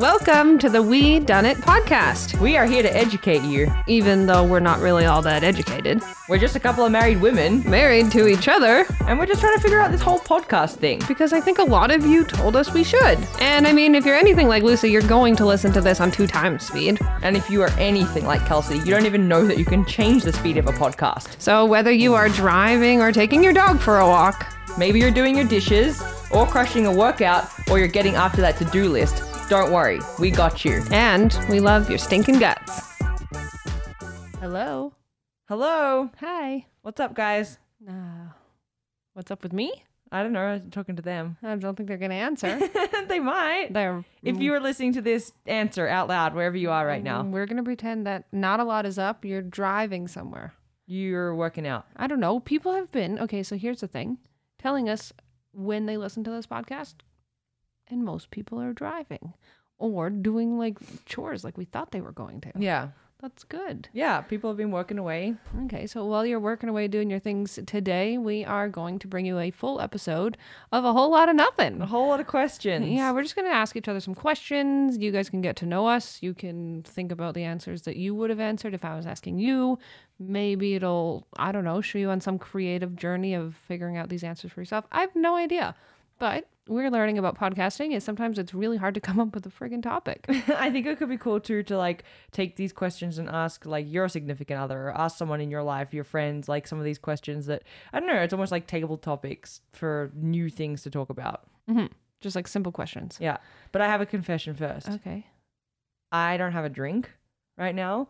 Welcome to the We Done It podcast. We are here to educate you. Even though we're not really all that educated, We're just a couple of married women, married to each other, and we're just trying to figure out this whole podcast thing. because I think a lot of you told us we should. And I mean, if you're anything like Lucy, you're going to listen to this on two times speed. And if you are anything like Kelsey, you don't even know that you can change the speed of a podcast. So whether you are driving or taking your dog for a walk, Maybe you're doing your dishes, or crushing a workout, or you're getting after that to do list. Don't worry, we got you. and we love your stinking guts. Hello. Hello. Hi. What's up, guys? Uh, what's up with me? I don't know. I'm talking to them. I don't think they're going to answer. they might. They're If you were listening to this, answer out loud wherever you are right now. We're going to pretend that not a lot is up. You're driving somewhere. You're working out. I don't know. People have been, okay, so here's the thing telling us when they listen to this podcast, and most people are driving or doing like chores like we thought they were going to. Yeah. That's good. Yeah. People have been working away. Okay, so while you're working away doing your things today, we are going to bring you a full episode of a whole lot of A nothing. whole lot of questions. Yeah, we're just going to ask each other some questions. You guys can get to know us. You can think about the answers that you would have answered if I was asking you. Maybe it'll, I don't know, show you on some creative journey of figuring out these answers for yourself. I have no idea. But we're learning about podcasting, and sometimes it's really hard to come up with a friggin' topic. I think it could be cool too to like take these questions and ask like your significant other or ask someone in your life, your friends, like some of these questions that I don't know, it's almost like table topics for new things to talk about. just like simple questions. Yeah. But I have a confession first. Okay. I don't have a drink right now.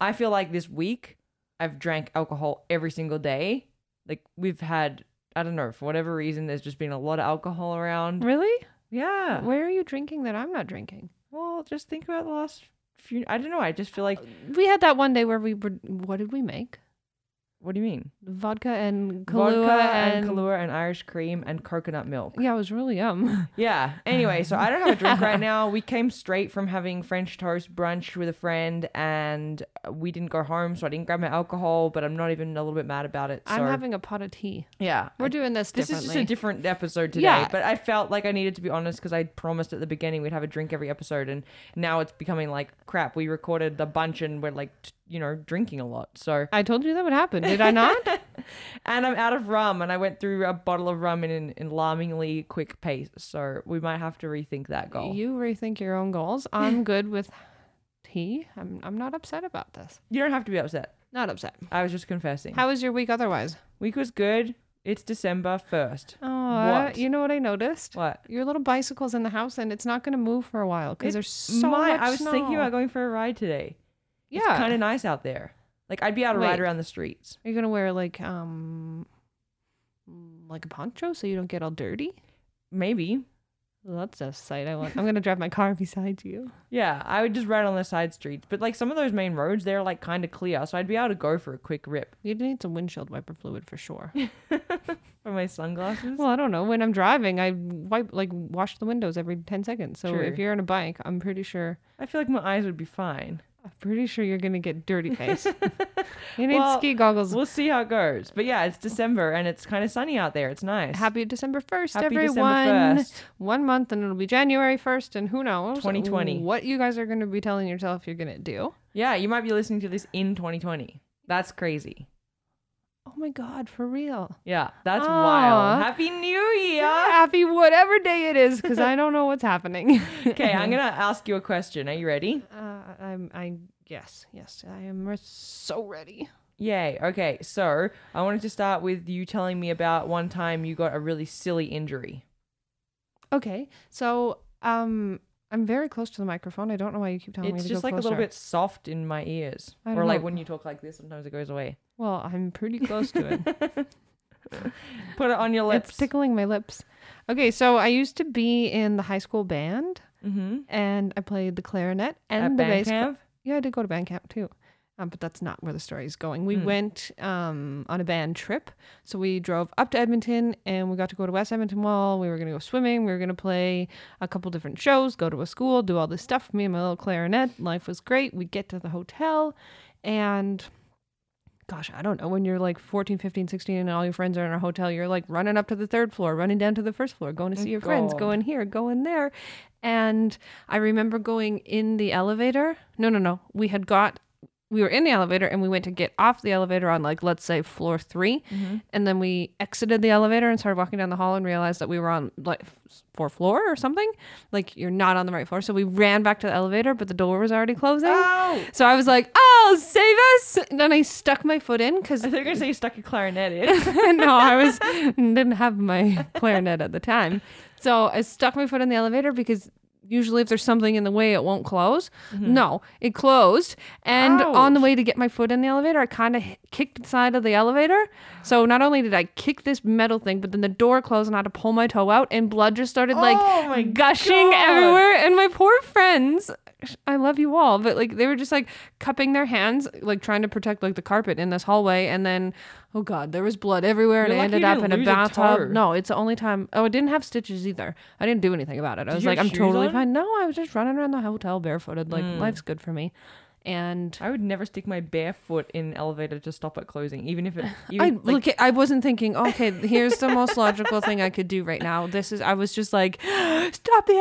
I feel like this week I've drank alcohol every single day. Like we've had I don't know, for whatever reason there's just been a lot of alcohol around. Really? Yeah. Where are you drinking that I'm not drinking? Well, just think about the last few I don't know, I just feel like We had that one day where we were. What did we make? what do you mean? Vodka and Kahlua vodka and, and Kahlua and Irish cream and coconut milk. yeah, it was really yum. Yeah. Anyway, so I don't have a drink right now. We came straight from having French toast brunch with a friend, and we didn't go home, so I didn't grab my alcohol. But I'm not even a little bit mad about it. So I'm having a pot of tea. yeah. We're doing this this is differently. just a different episode today, Yeah. but I felt like I needed to be honest because I promised at the beginning we'd have a drink every episode, and now it's becoming like crap. We recorded a bunch and we're like, t- you know, drinking a lot. So I told you that would happen, did I not? and I'm out of rum, and I went through a bottle of rum in an alarmingly quick pace. So we might have to rethink that goal. you rethink your own goals. I'm good with tea. I'm I'm not upset about this. You don't have to be upset. Not upset. I was just confessing. How was your week otherwise? Week was good. It's December first. Oh, What? you know what I noticed? What? Your little bicycle's in the house, and it's not going to move for a while because It there's so might- much I was thinking snow. about going for a ride today. yeah. It's kind of nice out there. Like I'd be able to ride Wait. around the streets. Are you gonna wear like um like a poncho so you don't get all dirty? Maybe. Well, that's a sight I want. I'm gonna drive my car beside you. Yeah, I would just ride on the side streets. But like some of those main roads, they're like kind of clear, so I'd be able to go for a quick rip You'd need some windshield wiper fluid for sure. for my sunglasses. well, I don't know. When I'm driving, I wipe like wash the windows every ten seconds. So True. if you're on a bike, I'm pretty sure I feel like my eyes would be fine. I'm pretty sure you're gonna get dirty face. you need Well, ski goggles. We'll see how it goes. But yeah, it's December and it's kind of sunny out there. It's nice. Happy December first, Happy everyone. December 1st. One month and it'll be January first, and who knows 2020. what you guys are gonna be telling yourself you're gonna do. Yeah, you might be listening to this in 2020. That's crazy. Oh my god, for real. Yeah, that's Aw. wild. Happy New Year. happy whatever day it is because I don't know what's happening. Okay, I'm going to ask you a question. Are you ready? Uh, I'm. I yes, yes. I am re- so ready. Yay. Okay, so I wanted to start with you telling me about one time you got a really silly injury. Okay, so um, I'm very close to the microphone. I don't know why you keep telling me it's to just go like a little closer. bit soft in my ears. I Or don't like know. when you talk like this, sometimes it goes away. Well, I'm pretty close to it. Put it on your lips. It's tickling my lips. Okay, so I used to be in the high school band, mm-hmm. and I played the clarinet and At the band bass. cla- camp? yeah, I did go to band camp too. Um, but that's not where the story is going. We went um, on a band trip. So we drove up to Edmonton and we got to go to West Edmonton Mall. We were going to go swimming. We were going to play a couple different shows, go to a school, do all this stuff. Me and my little clarinet. Life was great. We get to the hotel and gosh, I don't know, when you're like 14, 15, 16 and all your friends are in a hotel, you're like running up to the third floor, running down to the first floor, going to see your friends, God. going here, going there. And I remember going in the elevator. No, no, no. We had got we were in the elevator and we went to get off the elevator on like let's say floor 3 and then we exited the elevator and started walking down the hall and realized that we were on like fourth floor or something like you're not on the right floor so we ran back to the elevator but the door was already closing Oh, so I was like, "Oh, save us!" And then I stuck my foot in because I think I say you stuck a clarinet in. no, I was didn't have my clarinet at the time, so I stuck my foot in the elevator because usually if there's something in the way, it won't close. Mm-hmm. No, it closed, and on the way to get my foot in the elevator, I kind of kicked the side of the elevator. So not only did I kick this metal thing, but then the door closed and I had to pull my toe out, and blood just started like Oh my gushing God. everywhere. And my poor friends, I love you all, but like they were just like cupping their hands, like trying to protect like the carpet in this hallway. And then, oh god, there was blood everywhere, and You're I lucky ended you up in didn't a lose a toe. bathtub. No, it's the only time. Oh, I didn't have stitches either. I didn't do anything about it. I was you like, have I'm shoes totally on? Hmm. fine. No, I was just running around the hotel barefooted. Like life's good for me. And I would never stick my bare foot in an elevator to stop it closing, even if it. I Even, like, look. at- I wasn't thinking. Okay, here's the most logical thing I could do right now. This is. I was just like, stop the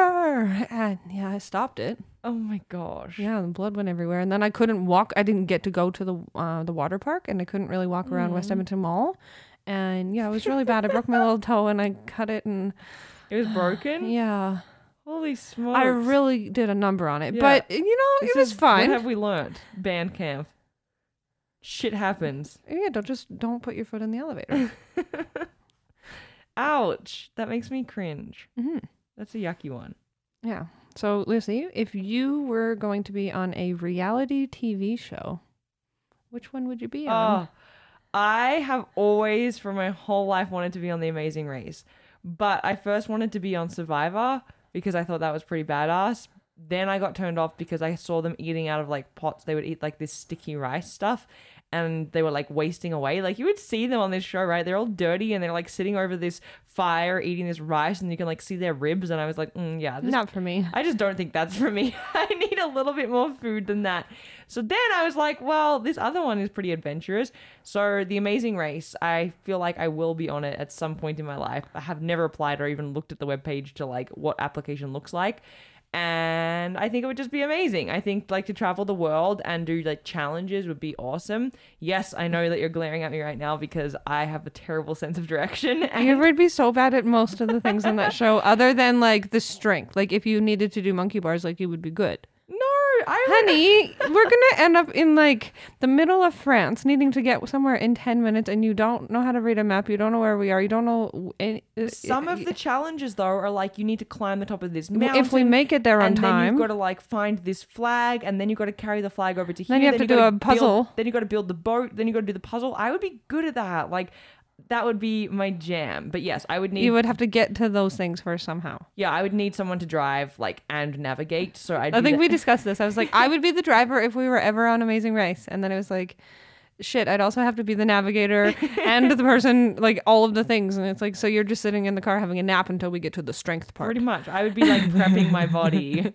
elevator, and yeah, I stopped it. oh my gosh. Yeah, the blood went everywhere, and then I couldn't walk. I didn't get to go to the uh, the water park, and I couldn't really walk around Mm. West Edmonton Mall. And yeah, it was really bad. I broke my little toe, and I cut it, and It was broken. yeah, Holy smokes! I really did a number on it. Yeah. But you know, This it was is- fine. What have we learned? Band camp. Shit happens. yeah, don't just don't put your foot in the elevator. Ouch! That makes me cringe. Mhm. That's a yucky one. Yeah. So, Lucy, if you were going to be on a reality TV show, which one would you be on? Oh, I have always, for my whole life, wanted to be on The Amazing Race. But I first wanted to be on Survivor because I thought that was pretty badass. Then I got turned off because I saw them eating out of like pots. They would eat like this sticky rice stuff and they were like wasting away. Like you would see them on this show, right? They're all dirty and they're like sitting over this fire eating this rice and you can like see their ribs. And I was like, mm, yeah, this Not for me. I just don't think that's for me. I need a little bit more food than that. So then I was like, well, this other one is pretty adventurous. So The Amazing Race, I feel like I will be on it at some point in my life. I have never applied or even looked at the webpage to like what application looks like. And I think it would just be amazing. I think like to travel the world and do like challenges would be awesome. Yes, I know that you're glaring at me right now because I have a terrible sense of direction. And You would be so bad at most of the things on that show, other than like the strength. Like, if you needed to do monkey bars, like you would be good. no, I would Honey, we're gonna end up in like the middle of France, needing to get somewhere in ten minutes, and you don't know how to read a map. You don't know where we are. You don't know eh, any, Some of the challenges though are like you need to climb the top of this mountain. if we make it there on and then time. you've got to like find this flag, and then you've got to carry the flag over to Then here. you have to you've gotta do a build- puzzle. then you got to build the boat. Then you got to do the puzzle. I would be good at that. Like that would be my jam. But yes, I would need. you would have to get to those things first somehow. yeah, I would need someone to drive like and navigate. So I'd I be think the- we discussed this. I was like, I would be the driver if we were ever on Amazing Race, and then it was like, shit, I'd also have to be the navigator and the person, like all of the things. And it's like, so you're just sitting in the car having a nap until we get to the strength part pretty much. I would be like prepping my body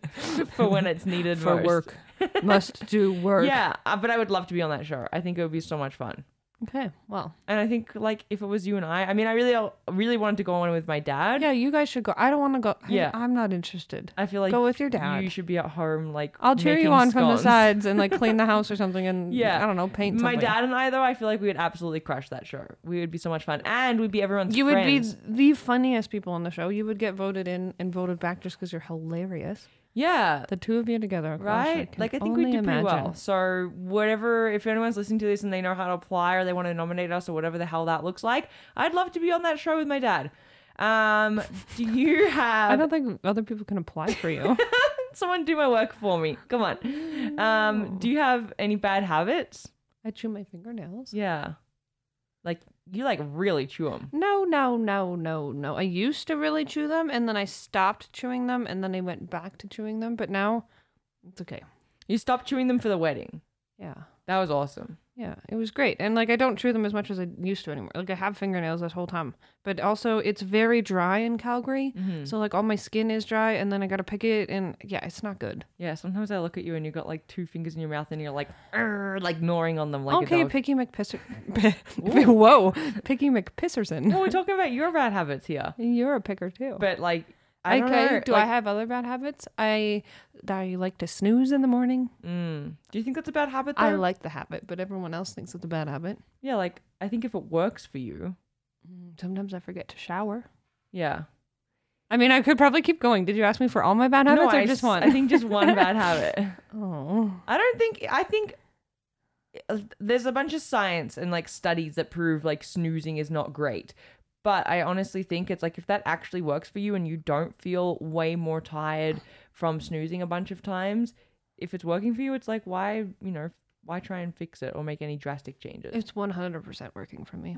for when it's needed for most. work. Must do work. Yeah, uh, but I would love to be on that show. I think it would be so much fun. Okay. Well. And I think like if it was you and I, I mean, I really, uh, really wanted to go on with my dad. Yeah, you guys should go. I don't want to go. I, Yeah. I'm not interested. I feel like Go with your dad. You should be at home, like I'll cheer you making on from the scones. sides and like clean the house or something and Yeah. I don't know, paint My something. dad and I, though, I feel like we would absolutely crush that show. We would be so much fun, and we'd be everyone's. You would be friends. the funniest people on the show. You would get voted in and voted back just because you're hilarious. yeah, The two of you together, gosh, right. can like Oh I think we only did pretty well. imagine. So whatever, if anyone's listening to this and they know how to apply or they want to nominate us or whatever the hell that looks like, I'd love to be on that show with my dad. Um, do you I have don't think other people can apply for you. someone do my work for me? Come on. Um, do you have any bad habits? I chew my fingernails. Yeah, like you like really chew them. No, no, no, no, no. I used to really chew them, and then I stopped chewing them, and then I went back to chewing them. But now, it's okay. You stopped chewing them for the wedding. Yeah, That was awesome. Yeah, it was great. And like I don't chew them as much as I used to anymore. Like I have fingernails this whole time. But also it's very dry in Calgary. So like all my skin is dry and then I got to pick it and yeah, it's not good. Yeah, sometimes I look at you and you've got like two fingers in your mouth and you're like, "Arr," like gnawing on them like a okay, dog. Picky McPisser Whoa, Picky McPisserson. well, we're talking about your bad habits here. You're a picker too. But like, I don't okay, know. do I like, have other bad habits? I I like to snooze in the morning. mm, do you think that's a bad habit though? I like the habit, but everyone else thinks it's a bad habit. yeah, like I think if it works for you, Mm, Sometimes I forget to shower. yeah. I mean, I could probably keep going. Did you ask me for all my bad habits I or just s- one? I think just one bad habit. oh. I don't think I think uh, there's a bunch of science and like studies that prove like snoozing is not great. But I honestly think it's like if that actually works for you and you don't feel way more tired from snoozing a bunch of times, if it's working for you, it's like why, you know, why try and fix it or make any drastic changes? It's 100% working for me.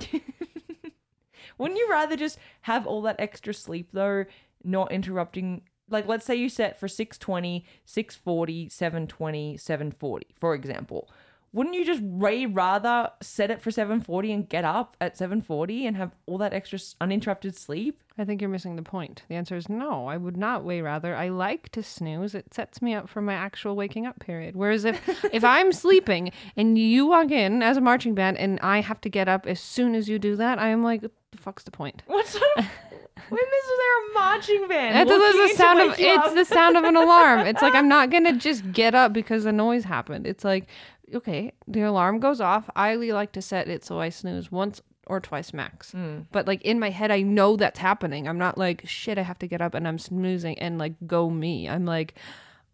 Wouldn't you rather just have all that extra sleep though, not interrupting like let's say you set for 620, 640, 720, 740, for example. Wouldn't you just way rather set it for 740 and get up at 740 and have all that extra s- uninterrupted sleep? I think you're missing the point. The answer is no. I would not way rather. I like to snooze. It sets me up for my actual waking up period. Whereas if if I'm sleeping and you walk in as a marching band and I have to get up as soon as you do that, I am like, what the fuck's the point? What sort of when is there a marching band? It walking was in the to sound of wake you it's up? the sound of an alarm. It's like I'm not gonna just get up because the noise happened. It's like okay, the alarm goes off. I really like to set it so I snooze once or twice max. Mm. But like in my head, I know that's happening. I'm not like shit. I have to get up and I'm snoozing and like go me. I'm like.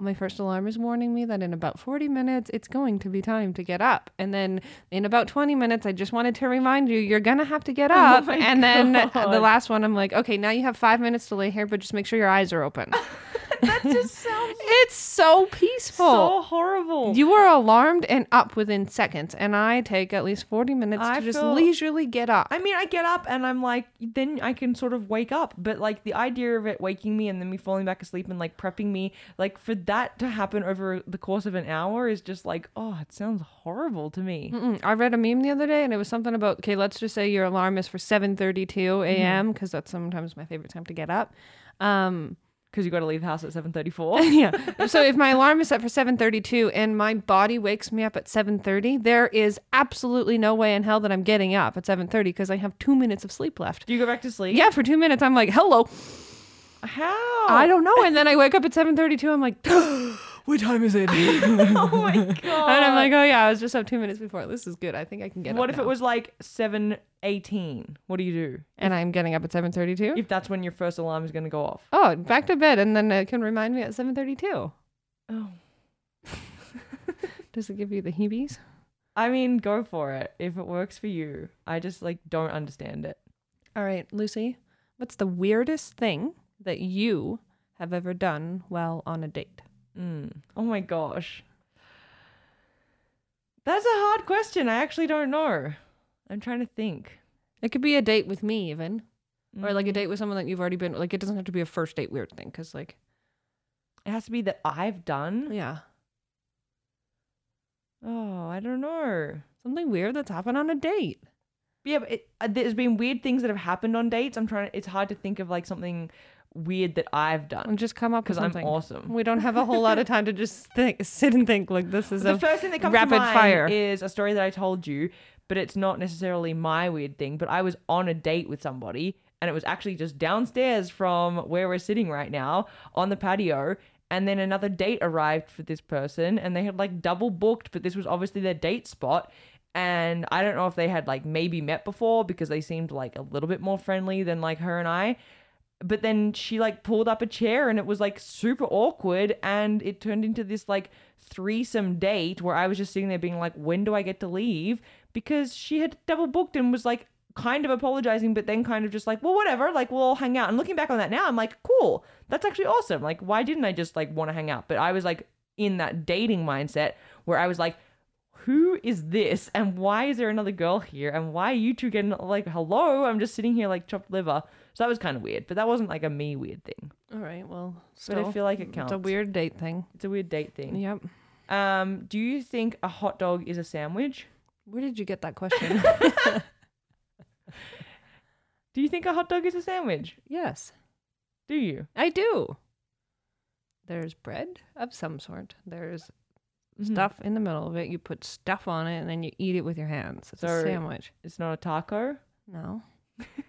My first alarm is warning me that in about 40 minutes it's going to be time to get up. And then in about 20 minutes I just wanted to remind you you're going to have to get up. Oh my and then God. the last one I'm like, "Okay, now you have 5 minutes to lay here, but just make sure your eyes are open." that just sounds It's so peaceful. so horrible. you are alarmed and up within seconds, and I take at least 40 minutes I to just feel- leisurely get up. I mean, I get up and I'm like, then I can sort of wake up. But like the idea of it waking me and then me falling back asleep and like prepping me, like for that to happen over the course of an hour is just like, oh, it sounds horrible to me. Mm-mm. I read a meme the other day, and it was something about okay, let's just say your alarm is for 7:32 a.m. because that's sometimes my favorite time to get up. Um, Because you got to leave the house at 7:34. yeah. so if my alarm is set for 7:32 and my body wakes me up at 7:30, there is absolutely no way in hell that I'm getting up at 7:30 because I have two minutes of sleep left. Do you go back to sleep? Yeah, for two minutes I'm like, hello, How? I don't know, and then I wake up at 7:32. I'm like, what time is it? Oh my god. And I'm like, oh yeah, I was just up two minutes before. This is good. I think I can get up. what if now." it was like 7:18? What do you do And I'm getting up at 7:32. if that's when your first alarm is going to go off? Oh, back to bed, and then it can remind me at 7:32. Oh. Does it give you the heebies? I mean, go for it if it works for you. I just like don't understand it. All right, Lucy, what's the weirdest thing that you have ever done while on a date? Mm. Oh my gosh. That's a hard question. I actually don't know. I'm trying to think. It could be a date with me, even, or like a date with someone that you've already been. Like it doesn't have to be a first date weird thing, because like, It has to be that I've done. yeah, Oh, I don't know. something weird that's happened on a date. But yeah, but it, uh, there's been weird things that have happened on dates. I'm trying. It's hard to think of like something weird that I've done And just come up with because I'm something. awesome. We don't have a whole lot of time to just think, sit and think. Like this is The a first thing that comes rapid to mind fire. is a story that I told you, but it's not necessarily my weird thing. But I was on a date with somebody, and it was actually just downstairs from where we're sitting right now on the patio. And then another date arrived for this person, and they had like double booked, but this was obviously their date spot. And I don't know if they had like maybe met before because they seemed like a little bit more friendly than like her and I but then she like pulled up a chair and it was like super awkward and it turned into this like threesome date where I was just sitting there being like, when do I get to leave? Because she had double booked and was like kind of apologizing, but then kind of just like, well, whatever, like we'll all hang out. And looking back on that now, I'm like, cool, that's actually awesome. Like, why didn't I just like want to hang out? But I was like in that dating mindset where I was like, who is this and why is there another girl here and why are you two getting like hello i'm just sitting here like chopped liver so that was kind of weird but that wasn't like a me weird thing all right. Well, but i feel like it counts it's a weird date thing. it's a weird date thing Yep. um do you think a hot dog is a sandwich Where did you get that question? Do you think a hot dog is a sandwich? yes, Do you? I do. There's bread of some sort. There's Mhm. stuff in the middle of it. You put stuff on it and then you eat it with your hands. It's a So- sandwich. It's not a taco. No.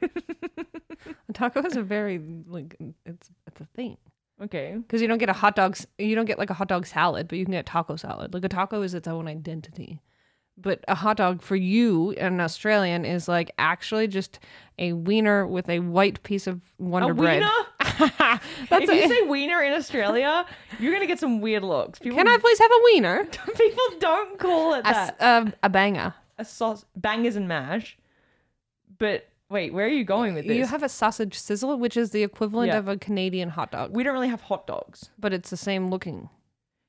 a taco is a very like it's it's a thing. Okay. Because you don't get a hot dog, s- you don't get like a hot dog salad, but you can get taco salad. Like a taco is its own identity. But a hot dog for you, an Australian, is like actually just a wiener with a white piece of Wonder a Bread. wiener? That's if you a- say wiener in Australia, you're gonna get some weird looks. People, can I please have a wiener? people don't call it A, s- that. um, a banger. A sauce bangers and mash. But wait, where are you going with this? You have a sausage sizzle, which is the equivalent Yeah. of a Canadian hot dog, we don't really have hot dogs. but it's the same looking.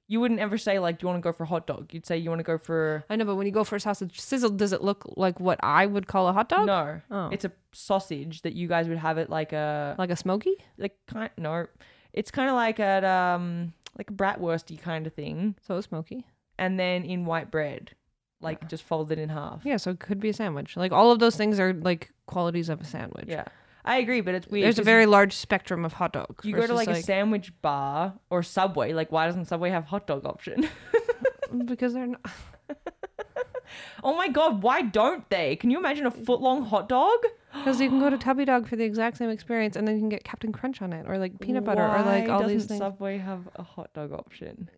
You wouldn't ever say like, "Do you want to go for a hot dog?" You'd say, "You want to go for I know, but when you go for a sausage sizzle, does it look like what I would call a hot dog? no." Oh. It's a sausage that you guys would have at like a Like a smoky? like kind no. It's kind of like at um like a bratwursty kind of thing, So smoky. and then in white bread, like just folded in half. Yeah, so it could be a sandwich. Like all of those things are like qualities of a sandwich. Yeah. I agree, but it's weird. There's a 'cause very large spectrum of hot dogs. you go to versus, like, a sandwich bar or Subway. Like, why doesn't Subway have hot dog option? because they're not. oh my god, why don't they? Can you imagine a foot long hot dog? Because you can go to Tubby Dog for the exact same experience, and then you can get Captain Crunch on it, or like peanut butter, or like Why all these doesn't things. Subway have a hot dog option.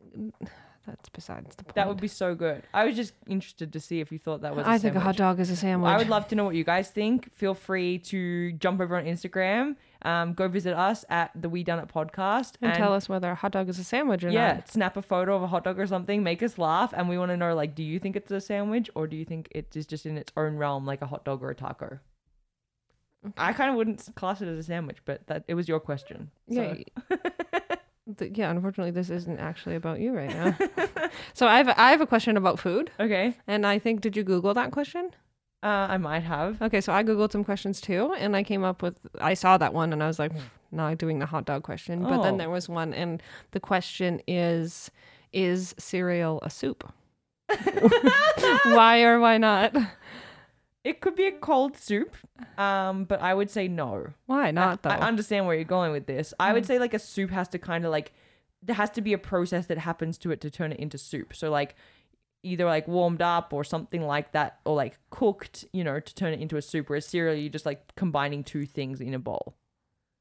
That's besides the point. That would be so good. I was just interested to see if you thought that was. I think a hot sandwich. dog is a sandwich. I would love to know what you guys think. Feel free to jump over on Instagram. Um, go visit us at the We Done It podcast and, tell us whether a hot dog is a sandwich or yeah, not. snap a photo of a hot dog or something, make us laugh, and we want to know like, do you think it's a sandwich or do you think it is just in its own realm, like a hot dog or a taco? I kind of wouldn't class it as a sandwich, but that it was your question. Yeah. So. Th- yeah. Unfortunately, this isn't actually about you right now. so I have I have a question about food, Okay. and I think did you Google that question? Uh, I might have. Okay, so I googled some questions too, and I came up with I saw that one, and I was like, "Pff, not doing the hot dog question. But then Oh. there was one, and the question is, is cereal a soup? why or why not? It could be a cold soup, um, but I would say no. Why not though? Mm. I understand where you're going with this. I would say like a soup has to kind of like there has to be a process that happens to it to turn it into soup. So like either like warmed up or something like that or like cooked, you know, to turn it into a soup. Whereas cereal you're just like combining two things in a bowl.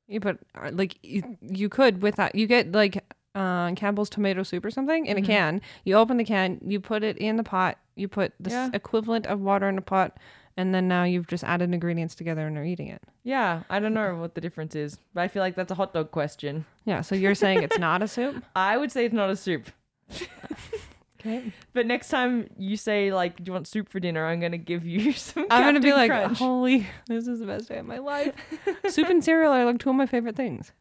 yeah, but uh, like you, you could with that, you get like uh, Campbell's tomato soup or something in a can. You open the can, you put it in the pot, you put the s- Yeah. equivalent of water in the pot, and then now you've just added ingredients together and are eating it. Yeah, I don't know what the difference is, but I feel like that's a hot dog question. Yeah, so you're saying it's not a soup? I would say it's not a soup. Okay. But next time you say like, "Do you want soup for dinner?" I'm gonna give you some. I'm gonna be Captain like, "Oh." Crunch. holy, this is the best day of my life. soup and cereal are like two of my favorite things.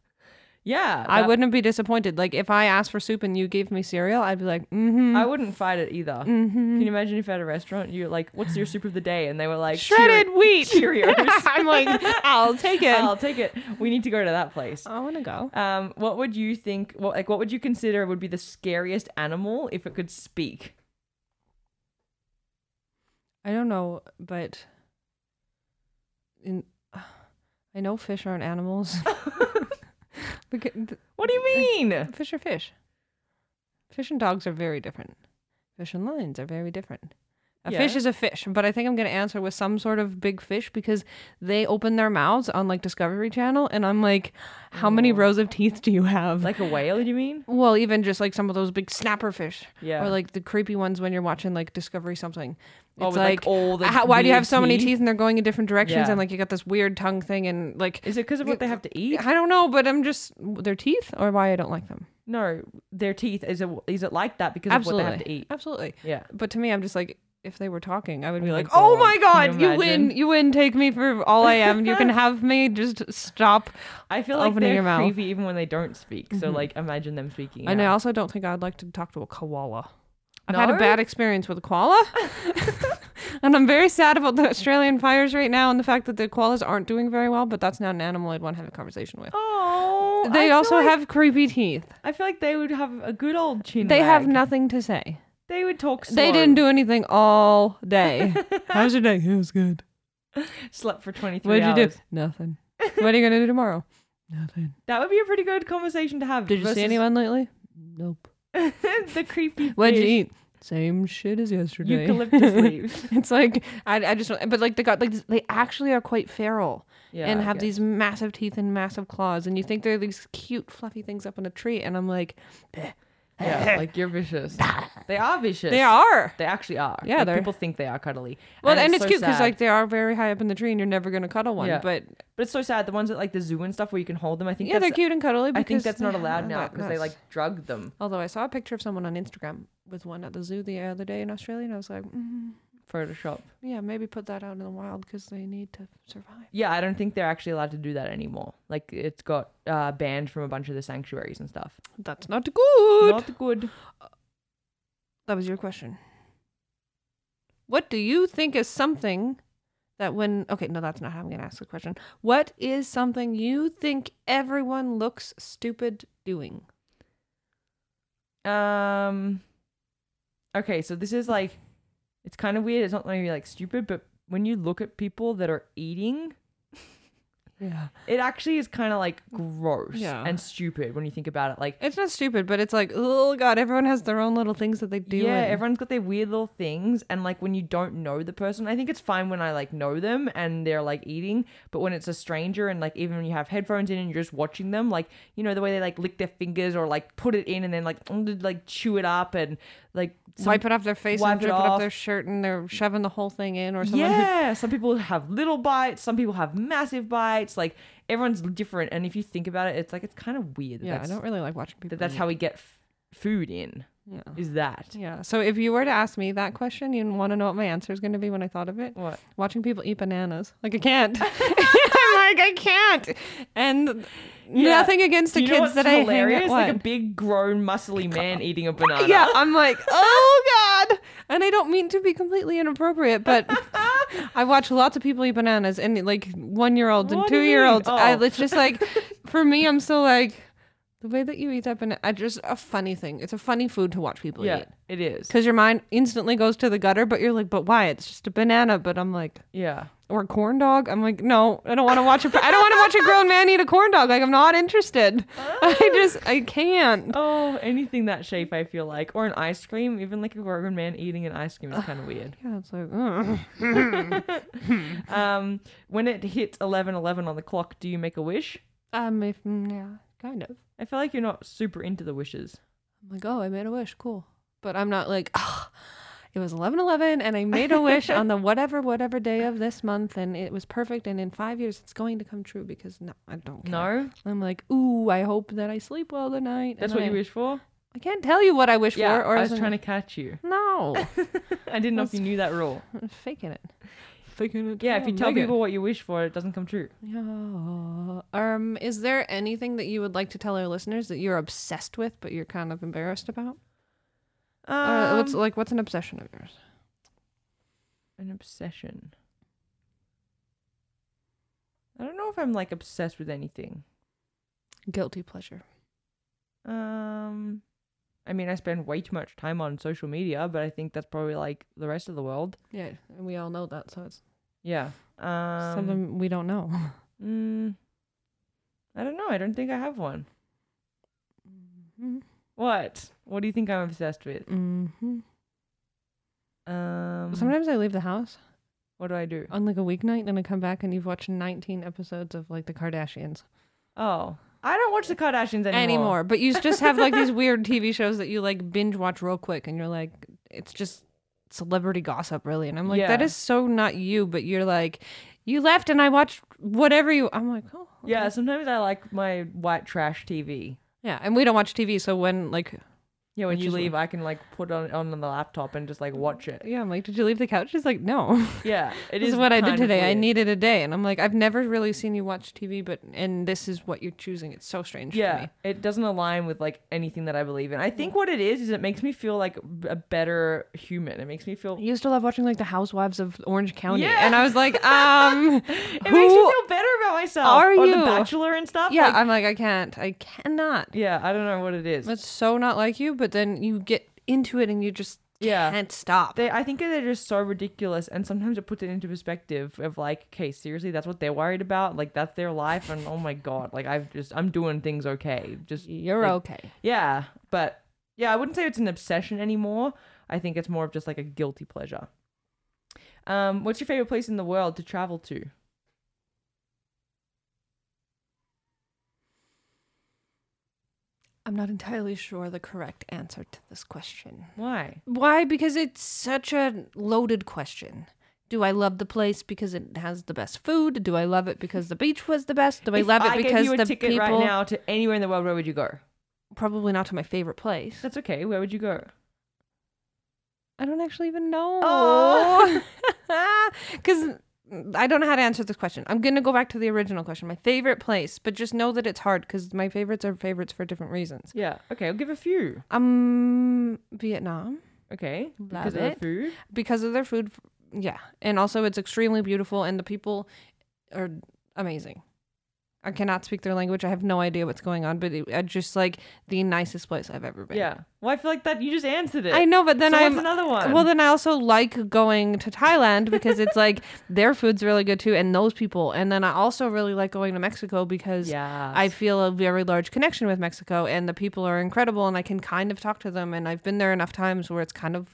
yeah, I that- wouldn't be disappointed. Like if I asked for soup and you gave me cereal, I'd be like, mm-hmm. I wouldn't fight it either. Can you imagine if at a restaurant you're like, "What's your soup of the day?" and they were like, Shredded wheat. Cheerios. I'm like, I'll take it. "Cheerio- I'll take it. We need to go to that place. I want to go. Um, what would you think? What like what would you consider would be the scariest animal if it could speak? I don't know, but in, I know fish aren't animals. because th- What do you mean? fish are fish. Fish and dogs are very different. Fish and lions are very different. A fish Yeah. is a fish, but I think I'm going to answer with some sort of big fish because they open their mouths on like Discovery Channel, and I'm like, how many rows of teeth do you have? Like a whale? Do you mean? well, even just like some of those big snapper fish, Yeah. or like the creepy ones when you're watching like Discovery something. Oh, It's with, like, like, all the "Ah, why do you weird have so many teeth?" teeth and they're going in different directions, Yeah. and like you got this weird tongue thing, and like Is it because of what they have to eat? I don't know, but I'm just their teeth or why I don't like them. No, their teeth. Is it is it like that because Absolutely, of what they have to eat? absolutely. Yeah. But to me, I'm just like, if they were talking, I would be my like, "Oh my God, god, can you, you win! imagine?" You win! Take me for all I am. You can have me. Just stop." I feel like Opening they're your mouth. creepy even when they don't speak. So like, imagine them speaking. And I out. also don't think I'd like to talk to a koala. I've had a No? bad experience with a koala, and I'm very sad about the Australian fires right now and the fact that the koalas aren't doing very well. But that's not an animal I'd want to have a conversation with. Oh, I They feel also like- have creepy teeth. I feel like they would have a good old chin. They have wag. nothing to say. They would talk slow. They didn't do anything all day. How's your day? It was good. Slept for 23 What did you do? hours. Nothing. What are you gonna do tomorrow? Nothing. That would be a pretty good conversation to have. Did you see versus anyone lately? Nope. the creepy What'd you fish, eat? Same shit as yesterday. eucalyptus leaves. it's like I, I just don't, but like they got like they actually are quite feral Yeah, and have okay. these massive teeth and massive claws and you think they're these cute fluffy things up in a tree and I'm like Yeah, like you're vicious. They are vicious. they are. They actually are. Yeah, Like, they're- people think they are cuddly. Well, and, it's, so cute 'cause cute because sad. like they are very high up in the tree and you're never gonna cuddle one. Yeah. But but it's so sad. The ones at like the zoo and stuff where you can hold them. I think yeah, they're that's, cute and cuddly. I think because that's they not have allowed now that because they mess. like drug them Although I saw a picture of someone on Instagram with one at the zoo the other day in Australia, and I was like, mm, Photoshop. yeah, maybe put that out in the wild because they need to survive. Yeah, I don't think they're actually allowed to do that anymore. Like it's got uh, banned from a bunch of the sanctuaries and stuff. That's not good. Not good. That was your question. What do you think is something that when okay, no, that's not how I'm gonna ask the question. What is something you think everyone looks stupid doing? Um. Okay, so this is like, it's kind of weird. It's not maybe like stupid, but when you look at people that are eating, Yeah. it actually is kind of like gross Yeah. and stupid when you think about it. Like, It's not stupid, but it's like, oh god, everyone has their own little things that they do. yeah, everyone's got their weird little things, and like when you don't know the person, I think it's fine when I like know them and they're like eating, but when it's a stranger and like even when you have headphones in and you're just watching them, like you know the way they like lick their fingers or like put it in and then like like chew it up and like some- wipe it off their face wipe and it drip it off off. their shirt and they're shoving the whole thing in or someone who Yeah, some people have little bites, some people have massive bites. Like everyone's different, and if you think about it, it's like it's kind of weird. That yeah, I that's, don't really like watching people. that that's eat. how we get f- food in. Yeah. Is that Yeah. So if you were to ask me that question, you'd want to know what my answer is going to be when I thought of it. what? Watching people eat bananas. Like I can't. I'm like I can't. And nothing against the Do you know kids what's that hilarious? I hang Like out a with. big grown muscly man eating a banana. Yeah, I'm like, oh god. And I don't mean to be completely inappropriate, but I watch lots of people eat bananas, and like one year olds and What do you two year olds. mean? I Oh. It's just like, for me, I'm so like, the way that you eat that banana, I just a funny thing. It's a funny food to watch people yeah, eat it is. because your mind instantly goes to the gutter, but you're like, but why? It's just a banana. But I'm like, Yeah, or a corn dog. I'm like, no, I don't want to watch a. I don't want to watch a grown man eat a corn dog. Like I'm not interested. I just I can't. oh, anything that shape, I feel like, or an ice cream, even like a grown man eating an ice cream is kind of weird. Yeah, it's like. ugh. Um, when it hits eleven eleven on the clock, do you make a wish? Um, if, mm, yeah, kind of. I feel like you're not super into the wishes. I'm like, oh, I made a wish, cool. But I'm not like, oh, it was 11 11 and I made a wish on the whatever, whatever day of this month and it was perfect. And in five years, it's going to come true because no, I don't care. No, I'm like, ooh, I hope that I sleep well tonight. that's and what you I- wish for. I can't tell you what I wish yeah, for. Or I was trying to catch you. No, I didn't know if That's- you Oh, knew that rule. I'm faking it. Faking it. Yeah, if you I'm tell making it. people what you wish for, it doesn't come true. Yeah. Um, is there anything that you would like to tell our listeners that you're obsessed with but you're kind of embarrassed about? Uh, what's like what's an obsession of yours? an obsession. I don't know if I'm like obsessed with anything. Guilty pleasure. Um, I mean, I spend way too much time on social media, but I think that's probably like the rest of the world. Yeah, and we all know that, so it's Yeah. Um, something we don't know. mm, I don't know. I don't think I have one. What? What do you think I'm obsessed with? Mm-hmm. Um, Sometimes Uh, I leave the house what do I do? on like a weeknight and I come back and you've watched 19 episodes of like the Kardashians Oh, I don't watch the Kardashians anymore. anymore. But you just have like these weird TV shows that you like binge watch real quick and you're like, it's just celebrity gossip, really. And I'm like, that Yeah. is so not you, but you're like, you left and I watched whatever you. I'm like, oh. okay." Yeah, sometimes I like my white trash TV. Yeah. And we don't watch TV. So when like Yeah, when Which you is leave, I can like put it on on the laptop and just like watch it. Yeah, I'm like, did you leave the couch? She's like, no. Yeah, it This is is what I did kind of today. I weird. needed a day, and I'm like, I've never really seen you watch TV, but and this is what you're choosing. It's so strange. to Mm. Yeah, me. it doesn't align with like anything that I believe in. I think what it is is it makes me feel like a better human. It makes me feel. I used to love watching like the Housewives of Orange County, Yeah. and I was like, um, It makes me who? feel better about myself. are or you? The Bachelor and stuff. Yeah, like- I'm like, I can't, I cannot. yeah. I don't know what it is. That's so not like you. But then you get into it, and you just Yeah. can't stop. They, I think that they're just so ridiculous, and sometimes it puts it into perspective of like, okay, seriously, that's what they're worried about. Like that's their life, and oh my god, like I've just I'm doing things okay. Just You're like, okay. yeah, but yeah, I wouldn't say it's an obsession anymore. I think it's more of just like a guilty pleasure. Um, what's your favorite place in the world to travel to? I'm not entirely sure the correct answer to this question. Why? Why? Because it's such a loaded question. Do I love the place because it has the best food? Do I love it because the beach was the best? Do I If love it I because gave you a the ticket people? right now to anywhere in the world, where would you go? Probably not to my favorite place. That's okay. Where would you go? I don't actually even know. Oh. Because I don't know how to answer this question. I'm going to go back to the original question. My favorite place, but just know that it's hard because my favorites are favorites for different reasons. Yeah. Okay, I'll give a few. Um, Vietnam. Okay, Love because of it. the food. because of their food. f- Yeah, and also it's extremely beautiful, and the people are amazing. I cannot speak their language. I have no idea what's going on, but it, uh, just like the nicest place I've ever been. Yeah. Well, I feel like that you just answered it. I know, but then so I'm what's another one? well. Then I also like going to Thailand because it's like their food's really good too, and those people. And then I also really like going to Mexico because yeah. I feel a very large connection with Mexico, and the people are incredible, and I can kind of talk to them. And I've been there enough times where it's kind of,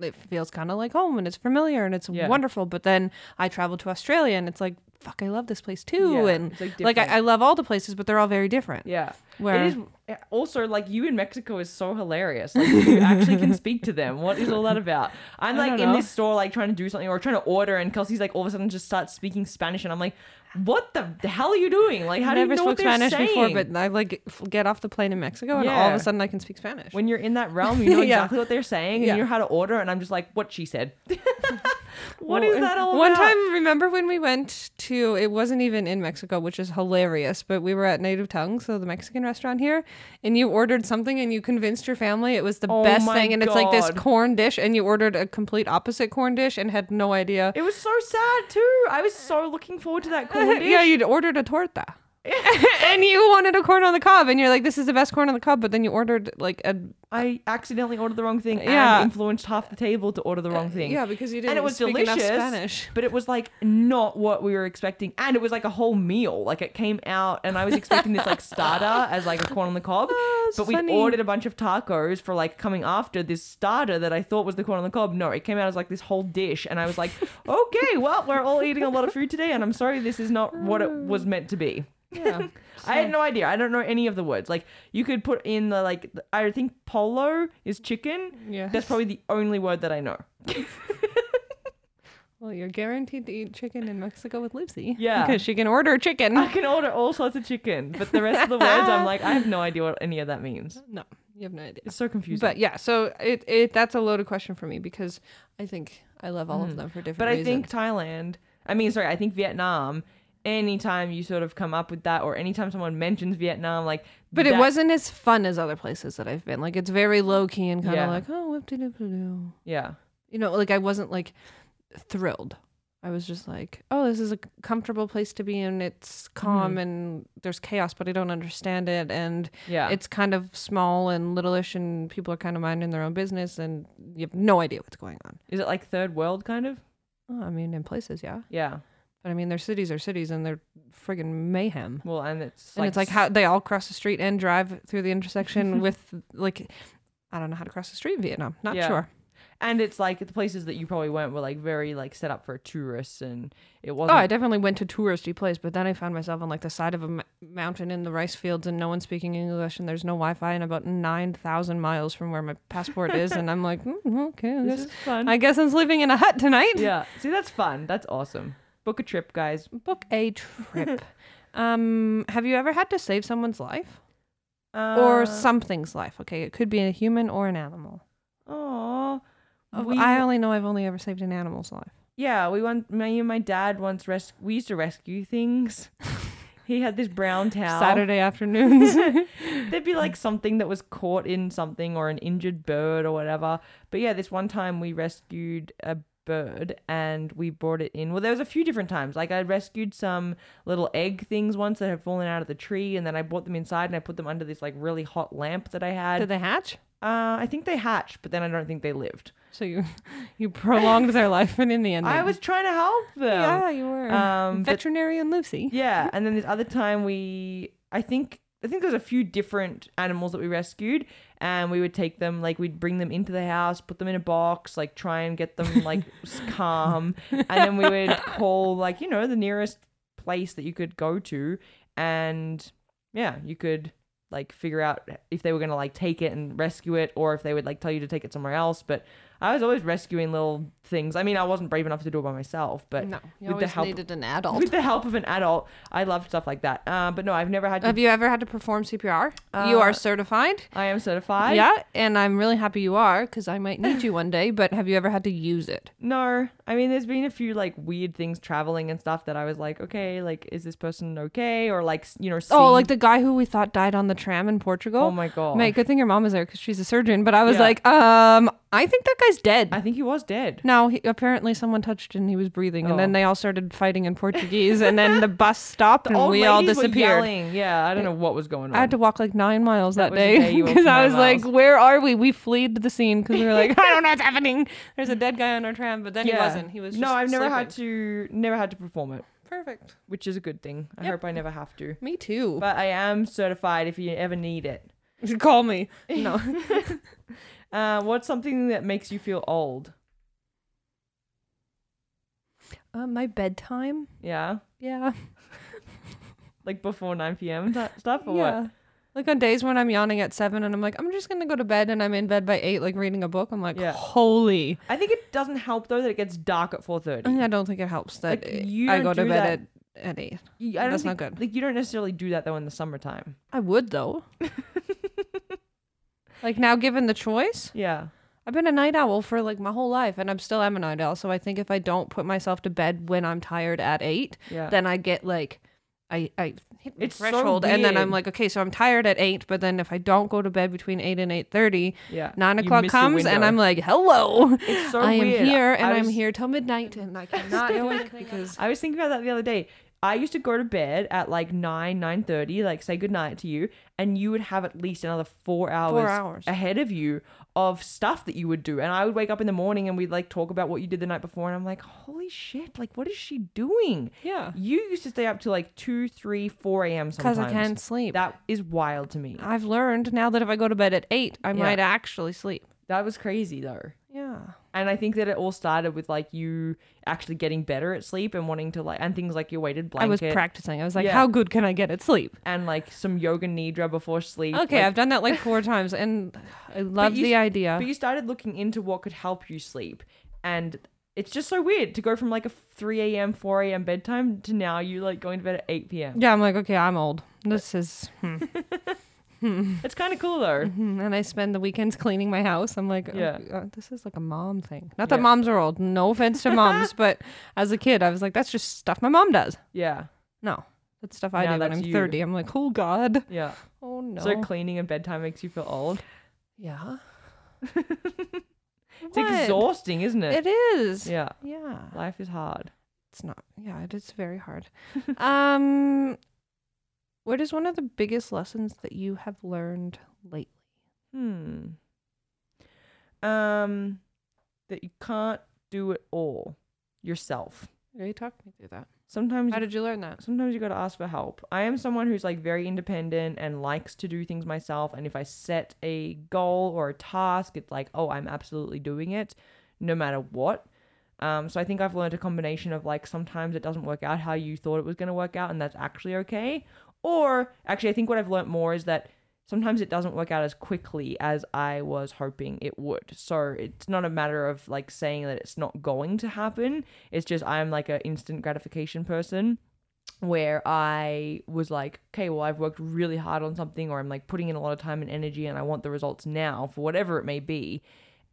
it feels kind of like home, and it's familiar, and it's Mm-hmm. Yeah. wonderful. But then I travel to Australia, and it's like, fuck, I love this place too, Yeah, and it's, like, like different. I, I love all the places, but they're all very different. Yeah. Where- it is eh, also like you in Mexico is so hilarious. Like you actually can speak to them. What is all that about? I'm I like don't in know. this store like trying to do something or trying to order and Kelsey's like all of a sudden just starts speaking Spanish and I'm like, What the, the hell are you doing? Like how I do you never know spoke what they're Spanish saying? before, but I like f- get off the plane in Mexico, and all of Yeah. a sudden I can speak Spanish. when you're in that realm, you know Yeah. exactly what they're saying and Yeah. you know how to order and I'm just like, What she said. What What is is that all One about? time, remember when we went to, it wasn't even in Mexico, which is hilarious, but we were at Native Tongue, so the Mexican restaurant here, and you ordered something and you convinced your family it was the Oh best my thing, and it's like this God. corn dish, and you ordered a complete opposite corn dish and had no idea. It was so sad too. I was so looking forward to that corn dish. yeah, you'd ordered a torta. and you wanted a corn on the cob, and you're like, this is the best corn on the cob, but then you ordered like a. I accidentally ordered the wrong thing Yeah. Uh, and influenced half the table to order the wrong thing. Yeah, because you didn't and it was speak enough delicious, Spanish. but it was like not what we were expecting, and it was like a whole meal. Like it came out, and I was expecting this like starter as like a corn on the cob, Oh, it's but funny. we ordered a bunch of tacos for like coming after this starter that I thought was the corn on the cob. No, it came out as like this whole dish, and I was like, okay, well, we're all eating a lot of food today, and I'm sorry this is not what it was meant to be. Yeah. I had no idea. I don't know any of the words. Like you could put in the like th- I think polo is chicken. Yes. That's probably the only word that I know. Well, you're guaranteed to eat chicken in Mexico with Lucy. Yeah. Because she can order chicken. I can order all sorts of chicken, but the rest of the words I'm like I have no idea what any of that means. No, you have no idea. It's so confusing. But yeah, so it, it that's a loaded question for me because I think I love all of them for different Mm-hmm. But I reasons. think Thailand, I mean, sorry, I think Vietnam, anytime you sort of come up with that or anytime someone mentions Vietnam, like. but it that- wasn't as fun as other places that I've been. Like it's very low key and kind of Yeah. like oh what did it do? Yeah. You know, like I wasn't like thrilled. I was just like, oh, this is a comfortable place to be in. It's Mm-hmm. calm and there's chaos, but I don't understand it. And Yeah. it's kind of small and littleish, and people are kind of minding their own business, and you have no idea what's going on. Is it like third world kind of? Oh, I mean, in places, yeah. Yeah. But I mean, their cities are cities, and they're friggin' mayhem. Well, and it's. and it's like how they all cross the street and drive through the intersection with like, I don't know how to cross the street in Vietnam. Not Yeah. sure. And it's like the places that you probably went were like very like set up for tourists and it Oh, wasn't. I definitely went to touristy place, but then I found myself on like the side of a m- mountain in the rice fields, and no one speaking English, and there's no Wi-Fi, and about nine thousand miles from where my passport is, and I'm like, mm, okay, I this guess, is fun. I guess I'm sleeping in a hut tonight. yeah. See, that's fun. That's awesome. Book a trip, guys. Book a trip. um, have you ever had to save someone's life? Uh, or something's life. Okay, it could be a human or an animal. Aw. Of- We- I only know I've only ever saved an animal's life. Yeah, we want me and my dad once res- we used to rescue things. he had this brown towel. Saturday afternoons. There'd be like something that was caught in something or an injured bird or whatever. But yeah, this one time we rescued a bird and we brought it in. Well, there was a few different times. Like I rescued some little egg things once that had fallen out of the tree and then I brought them inside and I put them under this like really hot lamp that I had. Did they hatch? Uh, I think they hatched, but then I don't think they lived. So you you prolonged their life, and in the end, they I was trying to help them. Yeah, you were. Um, but- Veterinarian Lucy. Yeah, and then this other time we, I think, I think there's a few different animals that we rescued, and we would take them, like we'd bring them into the house, put them in a box, like try and get them like s- calm, and then we would call like you know the nearest place that you could go to, and yeah, you could like figure out if they were gonna like take it and rescue it, or if they would like tell you to take it somewhere else. But I was always rescuing little things. I mean, I wasn't brave enough to do it by myself, but No, you with the always help- needed an adult. with the help of an adult. I love stuff like that. Uh, but no, I've never had to. Have you ever had to perform CPR? you Uh, are certified. I am certified. yeah, and I'm really happy you are because I might need you one day. But have you ever had to use it? No, I mean, there's been a few like weird things traveling and stuff that I was like, okay, like, is this person okay? Or like, s- you know, Oh, seeing- like the guy who we thought died on the tram in Portugal. oh my god, Mate, good thing your mom is there because she's a surgeon. But I was Yeah. like, um, I think that guy's dead. I think he was dead. no, he, apparently someone touched and he was breathing, and Oh. then they all started fighting in Portuguese, and then the bus stopped and Old we all ladies were disappeared. yelling. Yeah, I don't know what was going on. I had to walk like nine miles that, was the day day you walked because I nine was like, miles. "Where are we?" We fled the scene because we were like, "I don't know what's happening." There's a dead guy on our tram, but then he Yeah. wasn't. He was just no, I've never had to, never had to perform it, Perfect. which is a good thing. I Yep. hope I never have to. Me too. But I am certified if you ever need it. Call me. No. Uh, what's something that makes you feel old? uh, my bedtime. Yeah. Yeah. like before 9 p.m. that stuff or yeah. what? Like on days when I'm yawning at seven and I'm like, I'm just gonna go to bed, and I'm in bed by eight, like reading a book. I'm like, Yeah. holy. I think it doesn't help though that it gets dark at 4:30. I don't think it helps that Like, you I don't go to do bed at, at eight. You- I don't That's think, not good. Like you don't necessarily do that though in the summertime. I would though. like now, given the choice, Yeah. I've been a night owl for like my whole life, and I'm still am a night owl. So I think if I don't put myself to bed when I'm tired at eight, Yeah. then I get like, I I hit the It's so threshold, and then I'm weird. like, okay, so I'm tired at eight. But then if I don't go to bed between eight and eight thirty, yeah. nine You o'clock miss your comes, and window. I'm like, hello, it's so I am weird. here, and I I'm was- here till midnight, and I cannot do it because I was thinking about that the other day. I used to go to bed at like 9, 9.30, like say goodnight to you, and you would have at least another four hours, hours. ahead of you of stuff that you would do. And I would wake up in the morning and we'd like talk about what you did the night before, and I'm like, holy shit, like what is she doing? yeah, You used to stay up to like 2, 3, 4 a.m. because sometimes. I can't sleep. That is wild to me. I've learned now that if I go to bed at eight, I Yeah. might actually sleep. That was crazy though. Yeah, And I think that it all started with like you actually getting better at sleep and wanting to like, and things like your weighted I was blanket practicing. I was like, Yeah. how good can I get at sleep? and like some yoga nidra before sleep. Okay, like- I've done that like four times, and I love you the s- idea. but you started looking into what could help you sleep. And it's just so weird to go from like a 3 a.m., 4 a.m. bedtime to now you like going to bed at 8 p.m. yeah, I'm like, okay, I'm old. This is, hmm. It's kind of cool though. Hmm. and I spend the weekends cleaning my house. I'm like, Yeah. yeah. this is like a mom thing. Not that Yeah. moms are old. No offense to moms, but as a kid, I was like, that's just stuff my mom does. Yeah. No, that's stuff I Now do when that's I'm you. 30. I'm like, oh god, Yeah. oh no, So cleaning and bedtime makes you feel old. yeah, It's What? exhausting, isn't it? It is. Yeah. yeah. Life is hard. it's not yeah it is very hard um what is one of the biggest lessons that you have learned lately Hmm. Um, that you can't do it all yourself. you talked me through that Sometimes, how you, did you learn that sometimes you got to ask for help. I am someone who's like very independent and likes to do things myself. And if I set a goal or a task, it's like, oh, I'm absolutely doing it, no matter what. Um, so I think I've learned a combination of like sometimes it doesn't work out how you thought it was going to work out, and that's actually okay. Or actually, I think what I've learned more is that sometimes it doesn't work out as quickly as I was hoping it would. So it's not a matter of like saying that it's not going to happen. It's just I'm like an instant gratification person where I was like, okay, well, I've worked really hard on something, or I'm like putting in a lot of time and energy, and I want the results now for whatever it may be.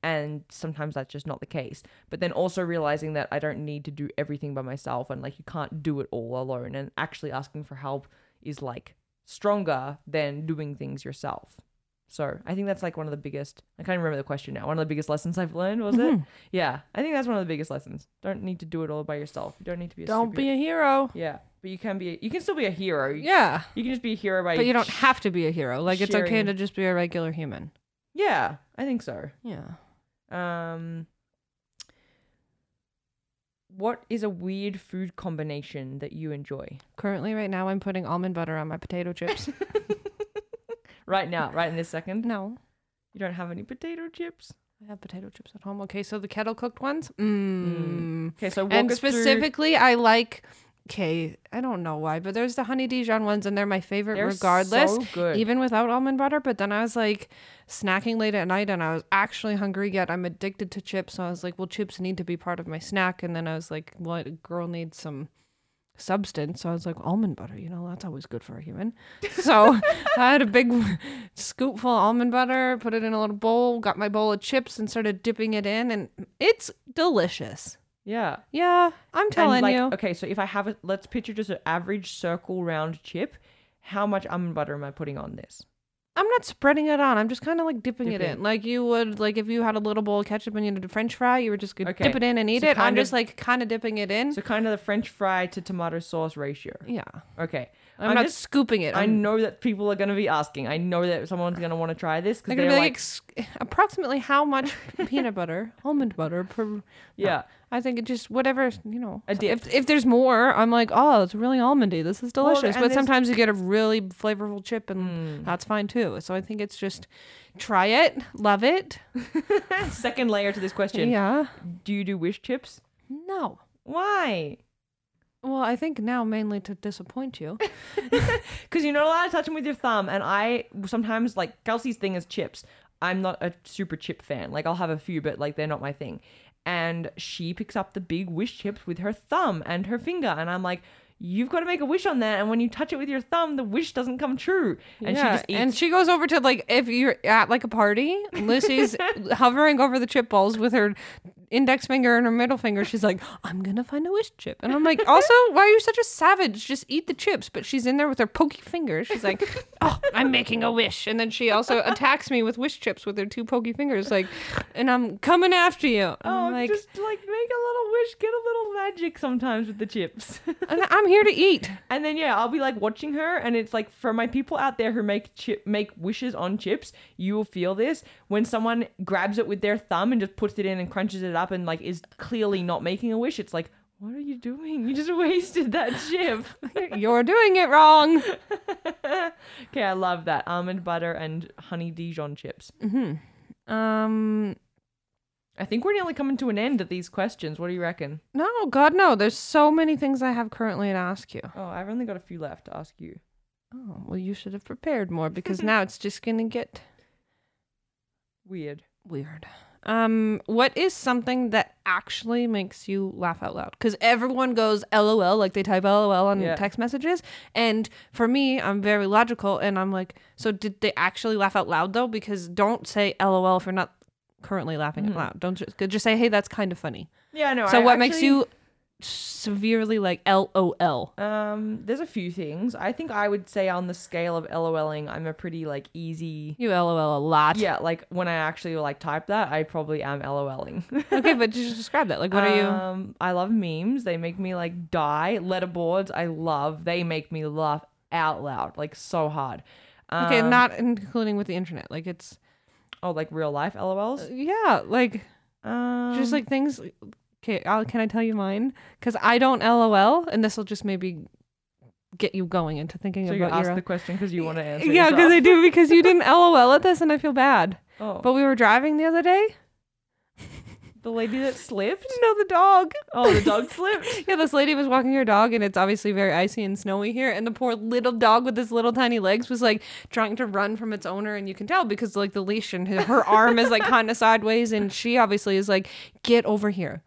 And sometimes that's just not the case. But then also realizing that I don't need to do everything by myself, and like you can't do it all alone. And actually asking for help is like stronger than doing things yourself. So I think that's like one of the biggest. I can't remember the question now. One of the biggest lessons I've learned was Mm-hmm. it? Yeah, I think that's one of the biggest lessons. Don't need to do it all by yourself. You don't need to be. A don't superhero. be a hero Yeah, but you can be. You can still be a hero. You, yeah you can just be a hero by. but you don't have to be a hero like it's okay sharing- to just be a regular human Yeah, I think so. Yeah. Um, what is a weird food combination that you enjoy Currently, right now, I'm putting almond butter on my potato chips. right now, right in this second? no, You don't have any potato chips. I have potato chips at home. Okay, so the kettle cooked ones. Mm. Okay, so walk And us through- specifically, I like. Okay, I don't know why, but there's the honey Dijon ones, and they're my favorite They're regardless. so good. even without almond butter. But then I was like snacking late at night and I was actually hungry, yet I'm addicted to chips. So I was like, well, chips need to be part of my snack. And then I was like, well, a girl needs some substance. So I was like, almond butter, you know, that's always good for a human. So I had a big scoop full of almond butter, put it in a little bowl, got my bowl of chips and started dipping it in. And it's delicious. yeah. Yeah, I'm And, telling like, you. Okay, so if I have it, let's picture just an average circle round chip. How much almond butter am I putting on this? I'm not spreading it on. I'm just kind of like dipping it Dipping. in. Like you would like if you had a little bowl of ketchup and you did a french fry, you were just gonna Okay. dip it in and eat So it. I'm kind of- just like kind of dipping it in. So kind of the French fry to tomato sauce ratio. yeah. Okay, I'm, I'm not just- scooping it. I I'm, know that people are going to be asking. I know that someone's going to want to try this they're because they're, gonna be like, like, "Ex- approximately how much peanut butter, almond butter per uh, yeah, I think it just whatever, you know. A dip. If if there's more, I'm like, "Oh, it's really almondy. This is and Hmm. delicious." but there's- sometimes you get a really flavorful chip and that's fine too. So I think it's just try it, love it. Second layer to this question: "Ah." Yeah. Do you do wish chips? No. Why? Well, I think now mainly to disappoint you. Because you're not allowed to touch them with your thumb. And I sometimes like Kelsey's thing is chips. I'm not a super chip fan. Like I'll have a few, but like they're not my thing. And she picks up the big wish chips with her thumb and her finger, and I'm like. You've got to make a wish on that, and when you touch it with your thumb, the wish doesn't come true. And she just eats. and she goes over to like if you're at like a party, Lucy's hovering over the chip balls with her index finger and her middle finger. She's like, "I'm gonna find a wish chip," and I'm like, "Also, why are you such a savage? Just eat the chips." But she's in there with her pokey fingers. She's like, "Oh, I'm making a wish," and then she also attacks me with wish chips with her two pokey fingers, like, "And I'm coming after you." And oh, I'm like, just like make a little wish, get a little magic sometimes with the chips. and I'm here to eat. And then yeah, I'll be like watching her, and it's like for my people out there who make chip make wishes on chips, you will feel this when someone grabs it with their thumb and just puts it in and crunches it up and like is clearly not making a wish. It's like, what are you doing? You just wasted that chip. You're doing it wrong. okay, I love that almond butter and honey Dijon chips. Um, I think we're nearly coming to an end of these questions. What do you reckon? No, God, no. There's so many things I have currently to ask you. Oh, I've only got a few left to ask you. Oh, well, you should have prepared more because now it's just going to get Weird. weird. Um, what is something that actually makes you laugh out loud? Because everyone goes LOL, like they type LOL on Yeah. text messages. And for me, I'm very logical and I'm like, so did they actually laugh out loud though? Because don't say LOL if you're not currently laughing out loud. Don't just, just say, hey, that's kind of funny. Yeah, Mm-hmm. no. so I what makes actually- you severely like LOL? Um, there's a few things. I think I would say on the scale of LOLing, I'm a pretty like easy. You LOL a lot. Yeah, like when I actually like type that, I probably am LOLing. okay, but just describe that. Like, what are you? Um, I love memes. They make me like die. Letterboards, I love. They make me laugh out loud, like so hard. Um, Okay, not including with the internet. Like, it's oh, like real life LOLs. uh, yeah, like Um, Uh, just like things. Okay, I'll, can I tell you mine? Because I don't LOL, and this will just maybe get you going into thinking so you about ask your. the question because you want to answer. yeah, because yourself. I do because you didn't LOL at this, and I feel bad. oh, But we were driving the other day. the lady that slipped. No, the dog. Oh, the dog slipped. Yeah, this lady was walking her dog, and it's obviously very icy and snowy here. And the poor little dog with his little tiny legs was like trying to run from its owner, and you can tell because like the leash and her, her arm is like kind of sideways, and she obviously is like, "Get over here."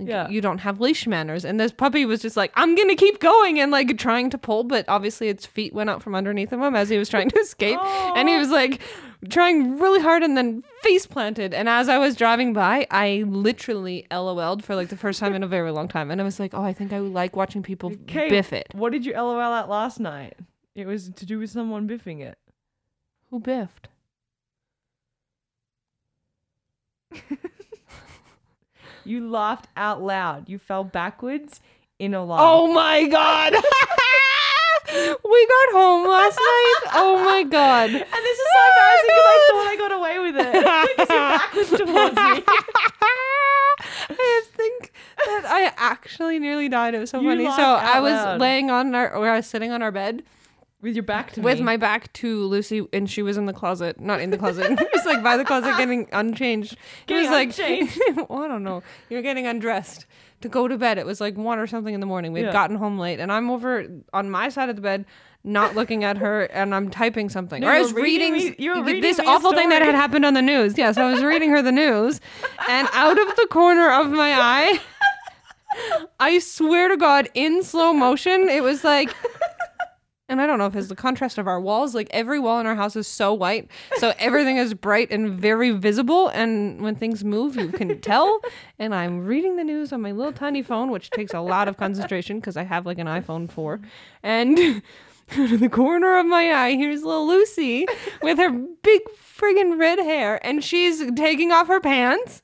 Like, Yeah. You don't have leash manners. And this puppy was just like, I'm going to keep going and like trying to pull, but obviously its feet went out from underneath of him as he was trying to escape. And he was like trying really hard and then face planted. And as I was driving by, I literally LOL'd for like the first time in a very long time. And I was like, oh, I think I like watching people Okay, biff it. What did you LOL at last night? It was to do with someone biffing it. Who biffed? You laughed out loud. You fell backwards in a laugh. Oh my God. we got home last night. Oh my God. and this is so embarrassing because I thought I got away with it. towards me. I just think that I actually nearly died. It was so You funny. laughed So I out was loud. laying on our, or I was sitting on our bed With your back to with me. my back to Lucy, and she was in the closet, not in the closet. it was like by the closet, getting unchanged. Getting it was like, unchanged. well, I don't know. You're getting undressed to go to bed. It was like one or something in the morning. We'd Yeah. gotten home late, and I'm over on my side of the bed. Not looking at her, and I'm typing something. No, or I you was were reading reading, me- you were reading this me a awful thing that story. had happened on the news. Yes, I was reading her the news, and out of the corner of my eye, I swear to God, in slow motion, it was like. And I don't know if it's the contrast of our walls. Like every wall in our house is so white, so everything is bright and very visible. And when things move, you can tell. And I'm reading the news on my little tiny phone, which takes a lot of concentration because I have like an iPhone four. And out of the corner of my eye, here's little Lucy with her big friggin' red hair, and she's taking off her pants.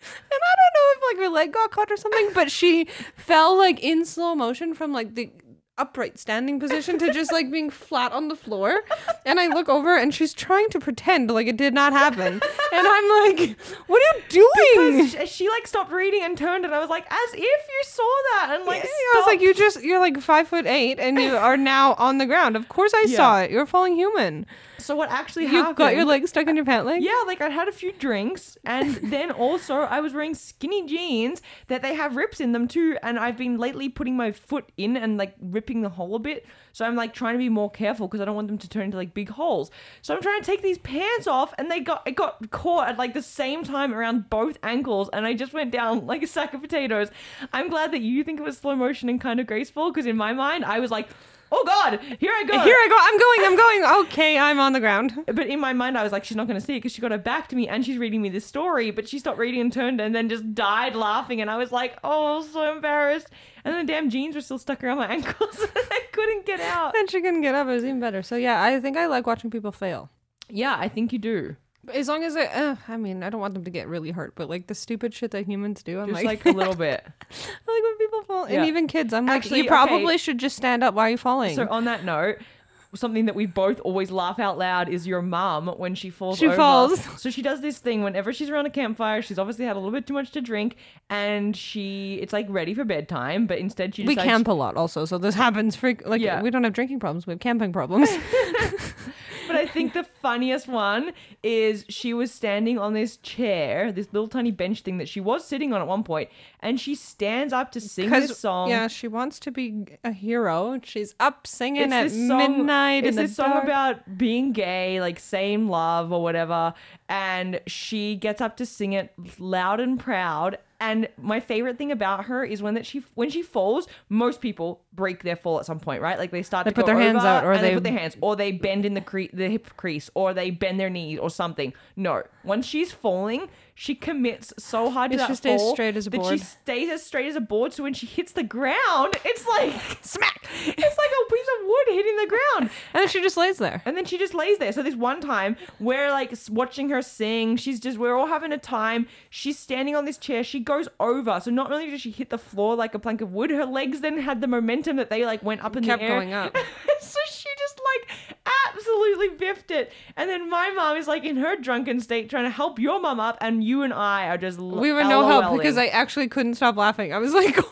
And I don't know if like her leg got caught or something, but she fell like in slow motion from like the upright standing position to just like being flat on the floor. And I look over and she's trying to pretend like it did not happen. And I'm like, what are you doing? Because she, she like stopped reading and turned and I was like, as if you saw that and like Yeah, I was like, you just you're like five foot eight and you are now on the ground. Of course I Yeah. saw it. You're a falling human. so what actually You happened? have got your leg stuck in your pant leg? Yeah, like I had a few drinks, and then also I was wearing skinny jeans that they have rips in them too, and I've been lately putting my foot in and like ripping the hole a bit. So I'm like trying to be more careful because I don't want them to turn into like big holes. So I'm trying to take these pants off, and they got it got caught at like the same time around both ankles, and I just went down like a sack of potatoes. I'm glad that you think it was slow motion and kind of graceful because in my mind I was like, oh god, here I go, Here I go. I'm going. I'm going. Okay, I'm on the ground. but in my mind, I was like, she's not going to see it because she got her back to me and she's reading me this story. But she stopped reading and turned and then just died laughing. And I was like, oh, so embarrassed. And the damn jeans were still stuck around my ankles. and I couldn't get out. And she couldn't get up. It was even better. So yeah, I think I like watching people fail. Yeah, I think you do. As long as I, uh, I mean, I don't want them to get really hurt, but like the stupid shit that humans do, I'm Just like, like a little bit. I like when people fall, Yeah. and even kids, I'm like, Actually, you probably okay. should just stand up. Why are you falling? So, on that note, something that we both always laugh out loud is your mum when she falls She over. falls. So she does this thing whenever she's around a campfire, she's obviously had a little bit too much to drink and she it's like ready for bedtime, but instead she we decides camp a lot, also, so this happens. Freak, like Yeah. we don't have drinking problems, we have camping problems. But I think the funniest one is she was standing on this chair, this little tiny bench thing that she was sitting on at one point, and she stands up to sing this song. yeah, she wants to be a hero. She's up singing It's at this song, midnight. It's in this the song dark. about being gay, like same love or whatever. And she gets up to sing it loud and proud. And my favorite thing about her is when that she when she falls, most people break their fall at some point, right? Like they start They to put go their hands over out or and they, they- put their hands or they bend in the cre- the hip crease or they bend their knees or something. No, once she's falling, she commits so hard to Yeah, that she stays fall straight as a that board. She stays as straight as a board. So when she hits the ground, it's like smack. It's like a piece of wood hitting the ground. and then she just lays there. And then she just lays there. So this one time, we're like s- watching her sing. She's just, we're all having a time. She's standing on this chair. She goes over. So not only did she hit the floor like a plank of wood, her legs then had the momentum that they like went up in Kept the air. going up. so she just like absolutely biffed it. And then my mom is like in her drunken state trying to help your mom up, and you and I are just We were no help because I actually couldn't stop laughing. I was like,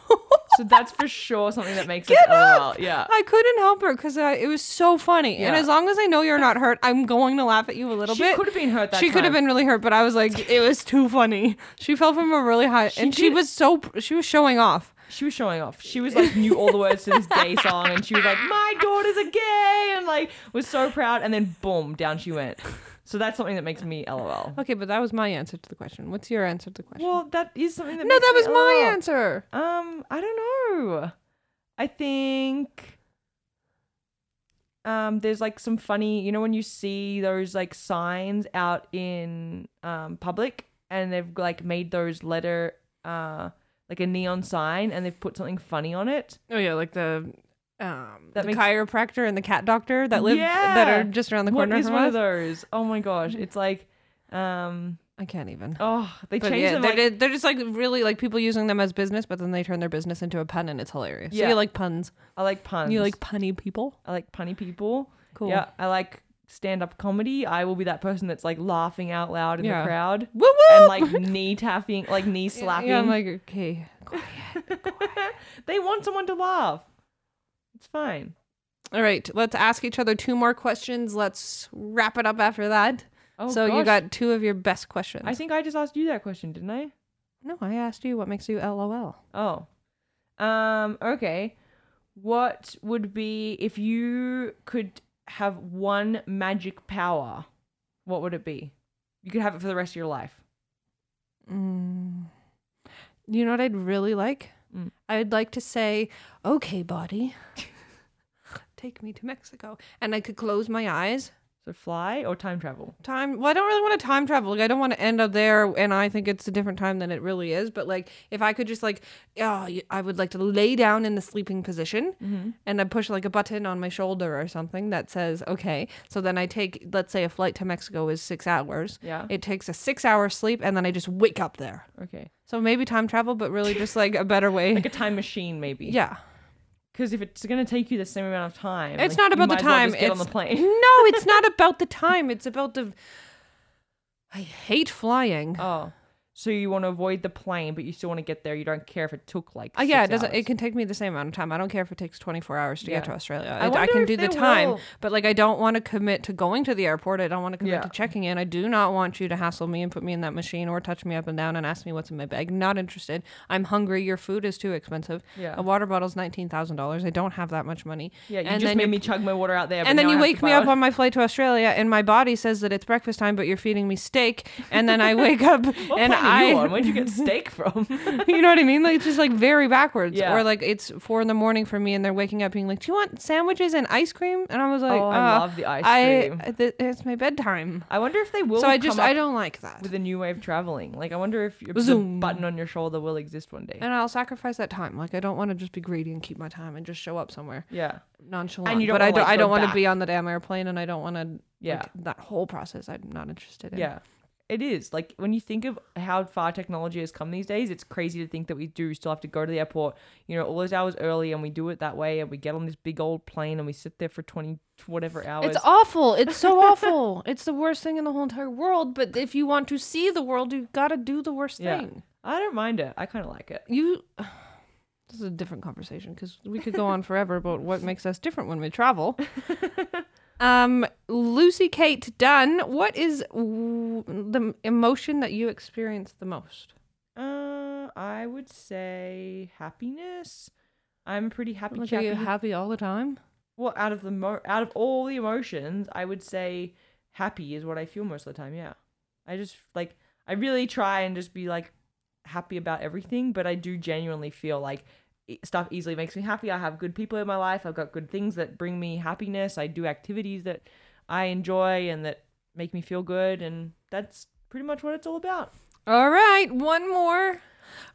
So that's for sure something that makes Get us LOL. up! Yeah. I couldn't help her because uh, it was so funny. And Yeah. as long as I know you're not hurt, I'm going to laugh at you a little She bit. could have been hurt that She could have time. been really hurt, but I was like, it was too funny. She fell from a really high, and she did- was so pr- she was showing off. she was showing off. She was like knew all the words to this gay song, and she was like, "My daughters are gay," and like was so proud. And then boom, down she went. So that's something that makes me LOL. Okay, but that was my answer to the question. What's your answer to the question? Well, that is something that. no, makes that me was my LOL. answer. Um, I don't know. I think. Um, there's like some funny, you know, when you see those like signs out in um public, and they've like made those letter uh like a neon sign, and they've put something funny on it. Oh yeah, like the um That the makes- chiropractor and the cat doctor that live that Yeah. are just around the What corner is from one us. of those? Oh my gosh, it's like, um, I can't even. oh, they But changed yeah, them. they're, like- ju- they're just like really like people using them as business, but then they turn their business into a pun, and it's hilarious. So Yeah. you like puns? I like puns. You like punny people? I like punny people. Cool. Yeah, I like stand up comedy, I will be that person that's like laughing out loud in Yeah. the crowd Woo woo. and like knee tapping, like knee slapping. Yeah, I'm like, okay. they want someone to laugh. It's fine. All right, let's ask each other two more questions. Let's wrap it up after that. Oh, so you gosh. got two of your best questions. I think I just asked you that question, didn't I? no, I asked you what makes you LOL. Oh. Um, okay. What would be if you could have one magic power? What would it be? You could have it for the rest of your life. Mm. You know what I'd really like? Mm. I'd like to say, okay, body, take me to Mexico. And I could close my eyes. So fly or time travel? Time. Well, I don't really want to time travel. Like, I don't want to end up there and I think it's a different time than it really is. But, like, if I could just, like, oh, y- I would like to lay down in the sleeping position Mm-hmm. and I push, like, a button on my shoulder or something that says, okay. So then I take, let's say a flight to Mexico is six hours. Yeah. It takes a six hour sleep and then I just wake up there. Okay. So maybe time travel, but really just like a better way. Like a time machine, maybe. yeah. Because if it's going to take you the same amount of time, It's like, not you about the might as well time. just get on the it's- plane. no, it's not about the time. It's about the. I hate flying. Uh, Oh. So you want to avoid the plane, but you still want to get there. You don't care if it took like. Oh Uh, yeah, it doesn't. It can take me the same amount of time. I don't care if it takes 24 hours to Yeah. get to Australia. I I, I wonder can if do the they time, will. but like I don't want to commit to going to the airport. I don't want to commit Yeah. to checking in. I do not want you to hassle me and put me in that machine or touch me up and down and ask me what's in my bag. Not interested. I'm hungry. Your food is too expensive. Yeah. A water bottle's nineteen thousand dollars. I don't have that much money. Yeah, you And just then made you- me chug my water out there. but and then now you I have to wake me buy up on my flight to Australia, and my body says that it's breakfast time, but you're feeding me steak. And then I wake up, What and plane I, are Oh, you on? Where'd you get steak from? you know what I mean? Like it's just like very backwards, Yeah. or like it's four in the morning for me, and they're waking up being like, "Do you want sandwiches and ice cream?" And I was like, oh, I uh, love the ice I- uh, cream. th- it's my bedtime." I wonder if they will. so I just come I up don't like that, with a new way of traveling. Like I wonder if your, the Zoom. button on your shoulder will exist one day. and I'll sacrifice that time. Like I don't want to just be greedy and keep my time and just show up somewhere Yeah, nonchalant. don't but I wanna, don't like, I go don't want to back. be on the damn airplane, and I don't want to. yeah, that whole process I'm not interested in. yeah. It is like when you think of how far technology has come these days, it's crazy to think that we do still have to go to the airport, you know, all those hours early, and we do it that way, and we get on this big old plane and we sit there for twenty whatever hours. It's awful. It's so awful. It's the worst thing in the whole entire world. But if you want to see the world, you gotta do the worst Yeah. thing. I don't mind it. I kind of like it. You. This is a different conversation because we could go on forever about what makes us different when we travel. um, Lucy Kate Dunn, what is w- the emotion that you experience the most? Uh, I would say happiness. I'm a pretty happy. Like, are you chappy. happy all the time? well out of the mo- out of all the emotions i would say happy is what i feel most of the time yeah i just like i really try and just be like happy about everything but i do genuinely feel like e- stuff easily makes me happy i have good people in my life i've got good things that bring me happiness i do activities that i enjoy and that make me feel good and that's pretty much what it's all about All right, one more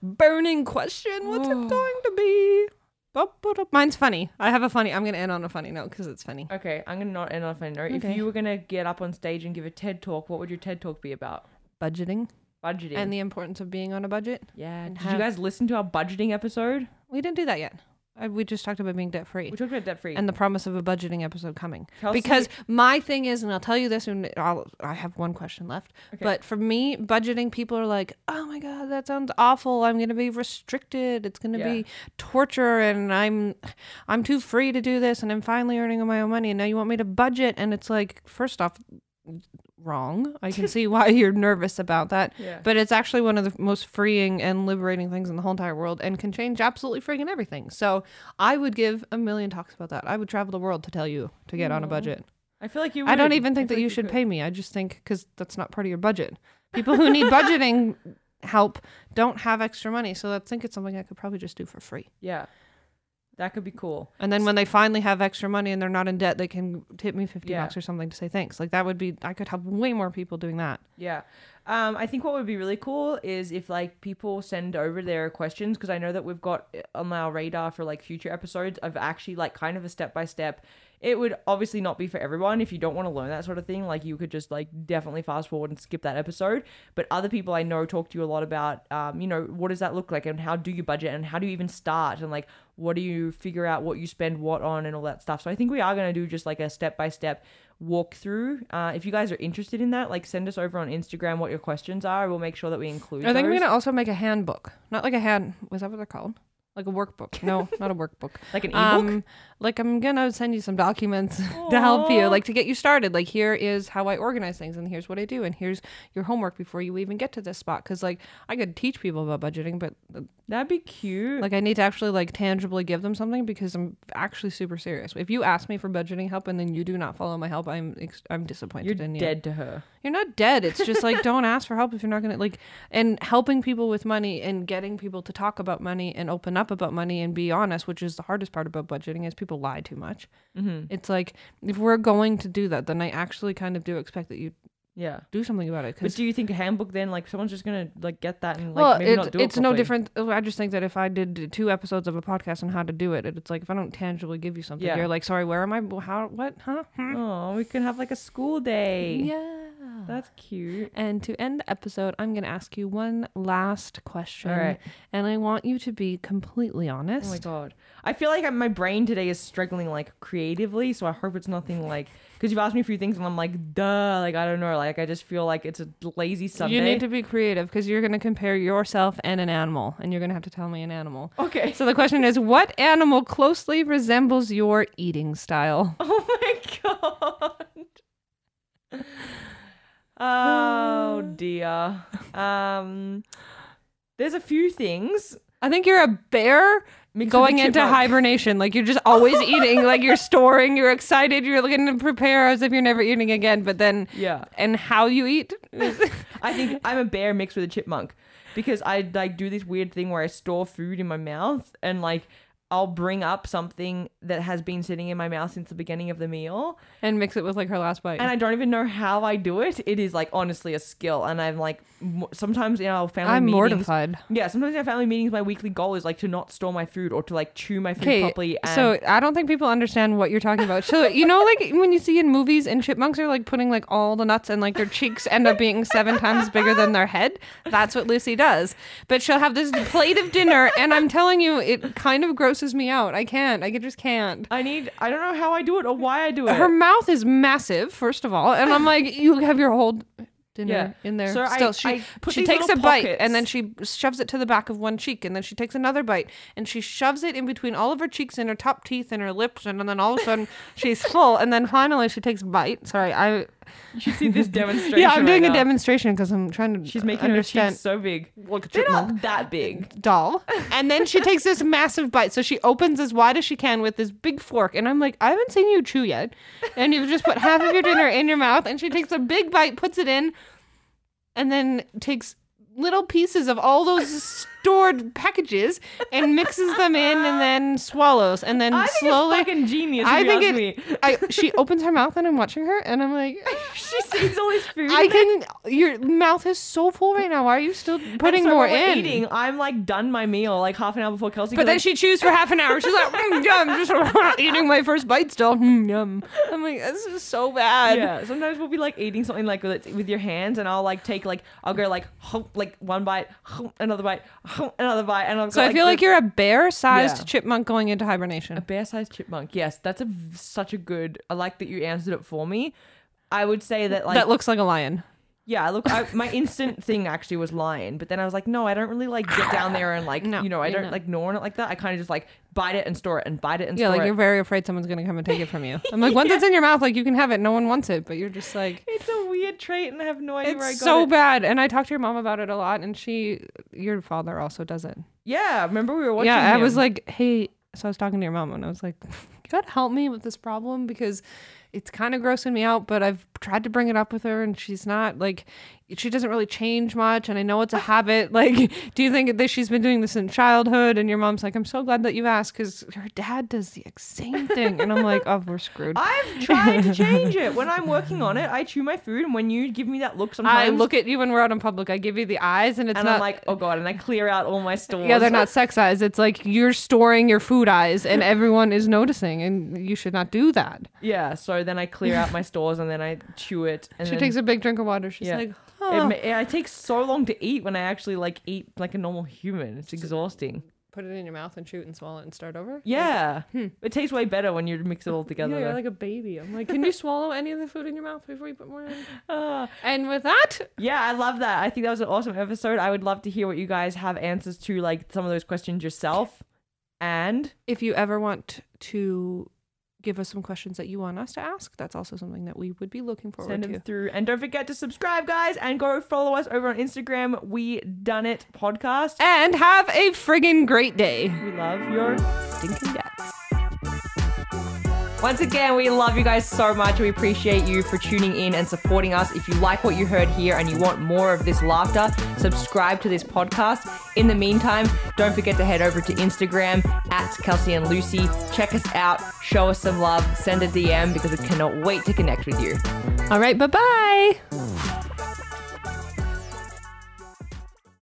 burning question. What's Whoa. it going to be? Ba-ba-da- Mine's funny. I have a funny. I'm gonna end on a funny note because it's funny. okay i'm gonna not end on a funny note Okay. if you were gonna get up on stage and give a ted talk what would your ted talk be about Budgeting budgeting and the importance of being on a budget. Yeah. and Did you have- guys listen to our budgeting episode? We didn't do that yet. I, we just talked about being debt free We talked about debt free. and the promise of a budgeting episode coming. Kelsey- because my thing is, and I'll tell you this, and I'll, I have one question left. But for me, budgeting, people are like, "Oh my god, that sounds awful. I'm going to be restricted. It's going to Yeah. be torture, and I'm, I'm too free to do this, and I'm finally earning my own money, and now you want me to budget, and it's like, first off, wrong. I can see why you're nervous about that. Yeah. But it's actually one of the most freeing and liberating things in the whole entire world and can change absolutely friggin' everything. So I would give a million talks about that. I would travel the world to tell you to get on a budget. I feel like you. Would. I don't even think feel that like you should could. pay me. I just think because that's not part of your budget. People who need budgeting help don't have extra money. So I think it's something I could probably just do for free. Yeah. That could be cool. And then when they finally have extra money and they're not in debt, they can tip me 50 Yeah. bucks or something to say thanks. Like that would be, I could help way more people doing that. Yeah. Um, I think what would be really cool is if like people send over their questions because I know that we've got eh, on our radar for like future episodes of actually like kind of a step by step. It would obviously not be for everyone if you don't want to learn that sort of thing. Like you could just like definitely fast forward and skip that episode. But other people I know talk to you a lot about, um, you know, what does that look like and how do you budget and how do you even start and like what do you figure out what you spend what on and all that stuff. So I think we are gonna do just like a step by step walkthrough. Uh, if you guys are interested in that, like send us over on Instagram what your questions are. We'll make sure that we include. I think I'm those. gonna also make a handbook. Not like a hand. Was that what they're called? Like a workbook? No, not a workbook. like an ebook. Um, like I'm gonna send you some documents to help you, Aw. like to get you started. Like here is how I organize things, and here's what I do, and here's your homework before you even get to this spot. Because like I could teach people about budgeting, but uh, That'd be cute. like I need to actually like tangibly give them something because I'm actually super serious. If you ask me for budgeting help and then you do not follow my help, I'm ex- I'm You're disappointed in you. dead to her. You're not dead. It's just like don't ask for help if you're not gonna like and helping people with money and getting people to talk about money and open up about money and be honest, which is the hardest part about budgeting, is people lie too much. Mm-hmm. It's like if we're going to do that, then I actually kind of do expect that you Yeah. do something about it. But Because do you think a handbook then, like someone's just gonna like get that and like well, maybe it- not do it? it's no properly? different. oh, I just think that if I did two episodes of a podcast on how to do it, it's like if I don't tangibly give you something, Yeah. you're like, sorry, where am I? How? What? Huh? Hmm? Oh, we can have like a school day. Yeah. That's cute. And to end the episode, I'm going to ask you one last question. All right. And I want you to be completely Oh my honest. god. I feel like my brain today is struggling like creatively, so I hope it's nothing like because you've asked me a few things and I'm like, duh, like I don't know, like I just feel like it's a lazy Sunday. you need to be creative because you're going to compare yourself and an animal, and you're going to have to tell me an animal. Okay. So the question is what animal closely resembles your eating style? Oh my god. Oh dear. Um, there's a few things. I think you're a bear Mixed with going a into chipmunk. hibernation. Like you're just always eating, like you're storing, you're excited, you're looking to prepare as if you're never eating again, but then. Yeah, And how you eat? I think I'm a bear mixed with a chipmunk because I like do this weird thing where I store food in my mouth and like I'll bring up something that has been sitting in my mouth since the beginning of the meal, and mix it with like her last bite. and I don't even know how I do it. It is like honestly a skill, and I'm like mo- sometimes in our family I'm meetings, mortified. Yeah, sometimes in our family meetings, my weekly goal is like to not store my food or to like chew my food Okay, properly. And um, so I don't think people understand what you're talking about. So you know, like when you see in movies, and chipmunks are like putting like all the nuts, and like their cheeks end up being seven times bigger than their head. That's what Lucy does. But she'll have this plate of dinner, and I'm telling you, it kind of grosses me out. I can't. I just can't. I need. I don't know how I do it or why I do it. Her mouth is massive, first of all, and I'm like, you have your whole dinner Yeah. in there. So I- Still, she I put she these takes a little bite and pockets. then she shoves it to the back of one cheek, and then she takes another bite and she shoves it in between all of her cheeks and her top teeth and her lips, and then all of a sudden she's full, and then finally she takes a bite. Sorry, I you should see this demonstration. yeah, I'm doing right a now. demonstration because I'm trying to She's making her understand. cheeks so big. Look, They're chipmunk not that big. doll. And then she takes this massive bite. So she opens as wide as she can with this big fork. And I'm like, I haven't seen you chew yet. And you've just put half of your dinner in your mouth. And she takes a big bite, puts it in, and then takes little pieces of all those stored packages and mixes them in and then swallows. And then I think slowly. it's fucking genius. I I think think it. I, she opens her mouth and I'm watching her and I'm like, she sees all this food. I can. Your mouth is so full right now. Why are you still putting so more while we're in? Eating, I'm like done my meal like half an hour before Kelsey. But goes, then she chews for half an hour. She's like, mm, yum, just eating my first bite still. Mm, yum. I'm like, this is so bad. yeah. Sometimes we'll be like eating something like with, with your hands, and I'll like take like I'll go like hump, like one bite, hump, another bite, hump, another bite, and I'll So I feel like you're a bear-sized Yeah. chipmunk going into hibernation. a bear-sized chipmunk. Yes, that's a v- such a good. I like that you answered it for me. I would say that like that looks like a lion. yeah, look, I, my instant thing actually was lion, but then I was like, no, I don't really like get down there and like No, you know I you're don't not. like gnaw on it like that. I kind of just like bite it and store it and bite it and Yeah, store like it. you're very afraid someone's gonna come and take it from you. I'm like, once it's in your mouth, like you can have it. No one wants it, but you're just like, It's a weird trait, and I have no idea where I it's got so it. bad. And I talk to your mom about it a lot, and she, your father also does it. Yeah, remember we were watching. yeah, I him. was like, hey, so I was talking to your mom and I was like, you gotta help me with this problem because it's kind of grossing me out, but I've tried to bring it up with her and she's not like, she doesn't really change much. And I know it's a habit. Like, do you think that she's been doing this in childhood? And your mom's like, I'm so glad that you asked because her dad does the exact same thing. And I'm like, oh, we're screwed. I've tried to change it. When I'm working on it, I chew my food, and when you give me that look, sometimes I look at you when we're out in public, I give you the eyes and it's and not I'm like, oh god, and I clear out all my stores. yeah, they're not sex eyes. It's like you're storing your food eyes and everyone is noticing, and you should not do that. Yeah, so then I clear out my stores, and then I chew it. And She then takes oh. a big drink of water. She's Yeah. like, It, huh. ma- it, it takes so long to eat when I actually like eat like a normal human. It's exhausting. put it in your mouth and shoot and swallow it and start over? Yeah. It tastes way better when you mix it all together. Hmm. Yeah, you're though. like a baby. I'm like, can you swallow any of the food in your mouth before you put more in? Ah. And with that, yeah, I love that. I think that was an awesome episode. I would love to hear what you guys have answers to, like some of those questions yourself. And if you ever want to give us some questions that you want us to ask, that's also something that we would be looking forward send to. them through. And don't forget to subscribe, guys, and go follow us over on Instagram. We Done It Podcast. And have a friggin' great day. We love your Stinking guts. Once again, we love you guys so much. We appreciate you for tuning in and supporting us. If you like what you heard here and you want more of this laughter, subscribe to this podcast. In the meantime, don't forget to head over to Instagram at Kelsey and Lucy. Check us out, show us some love, send a DM because we cannot wait to connect with you. All right, bye bye.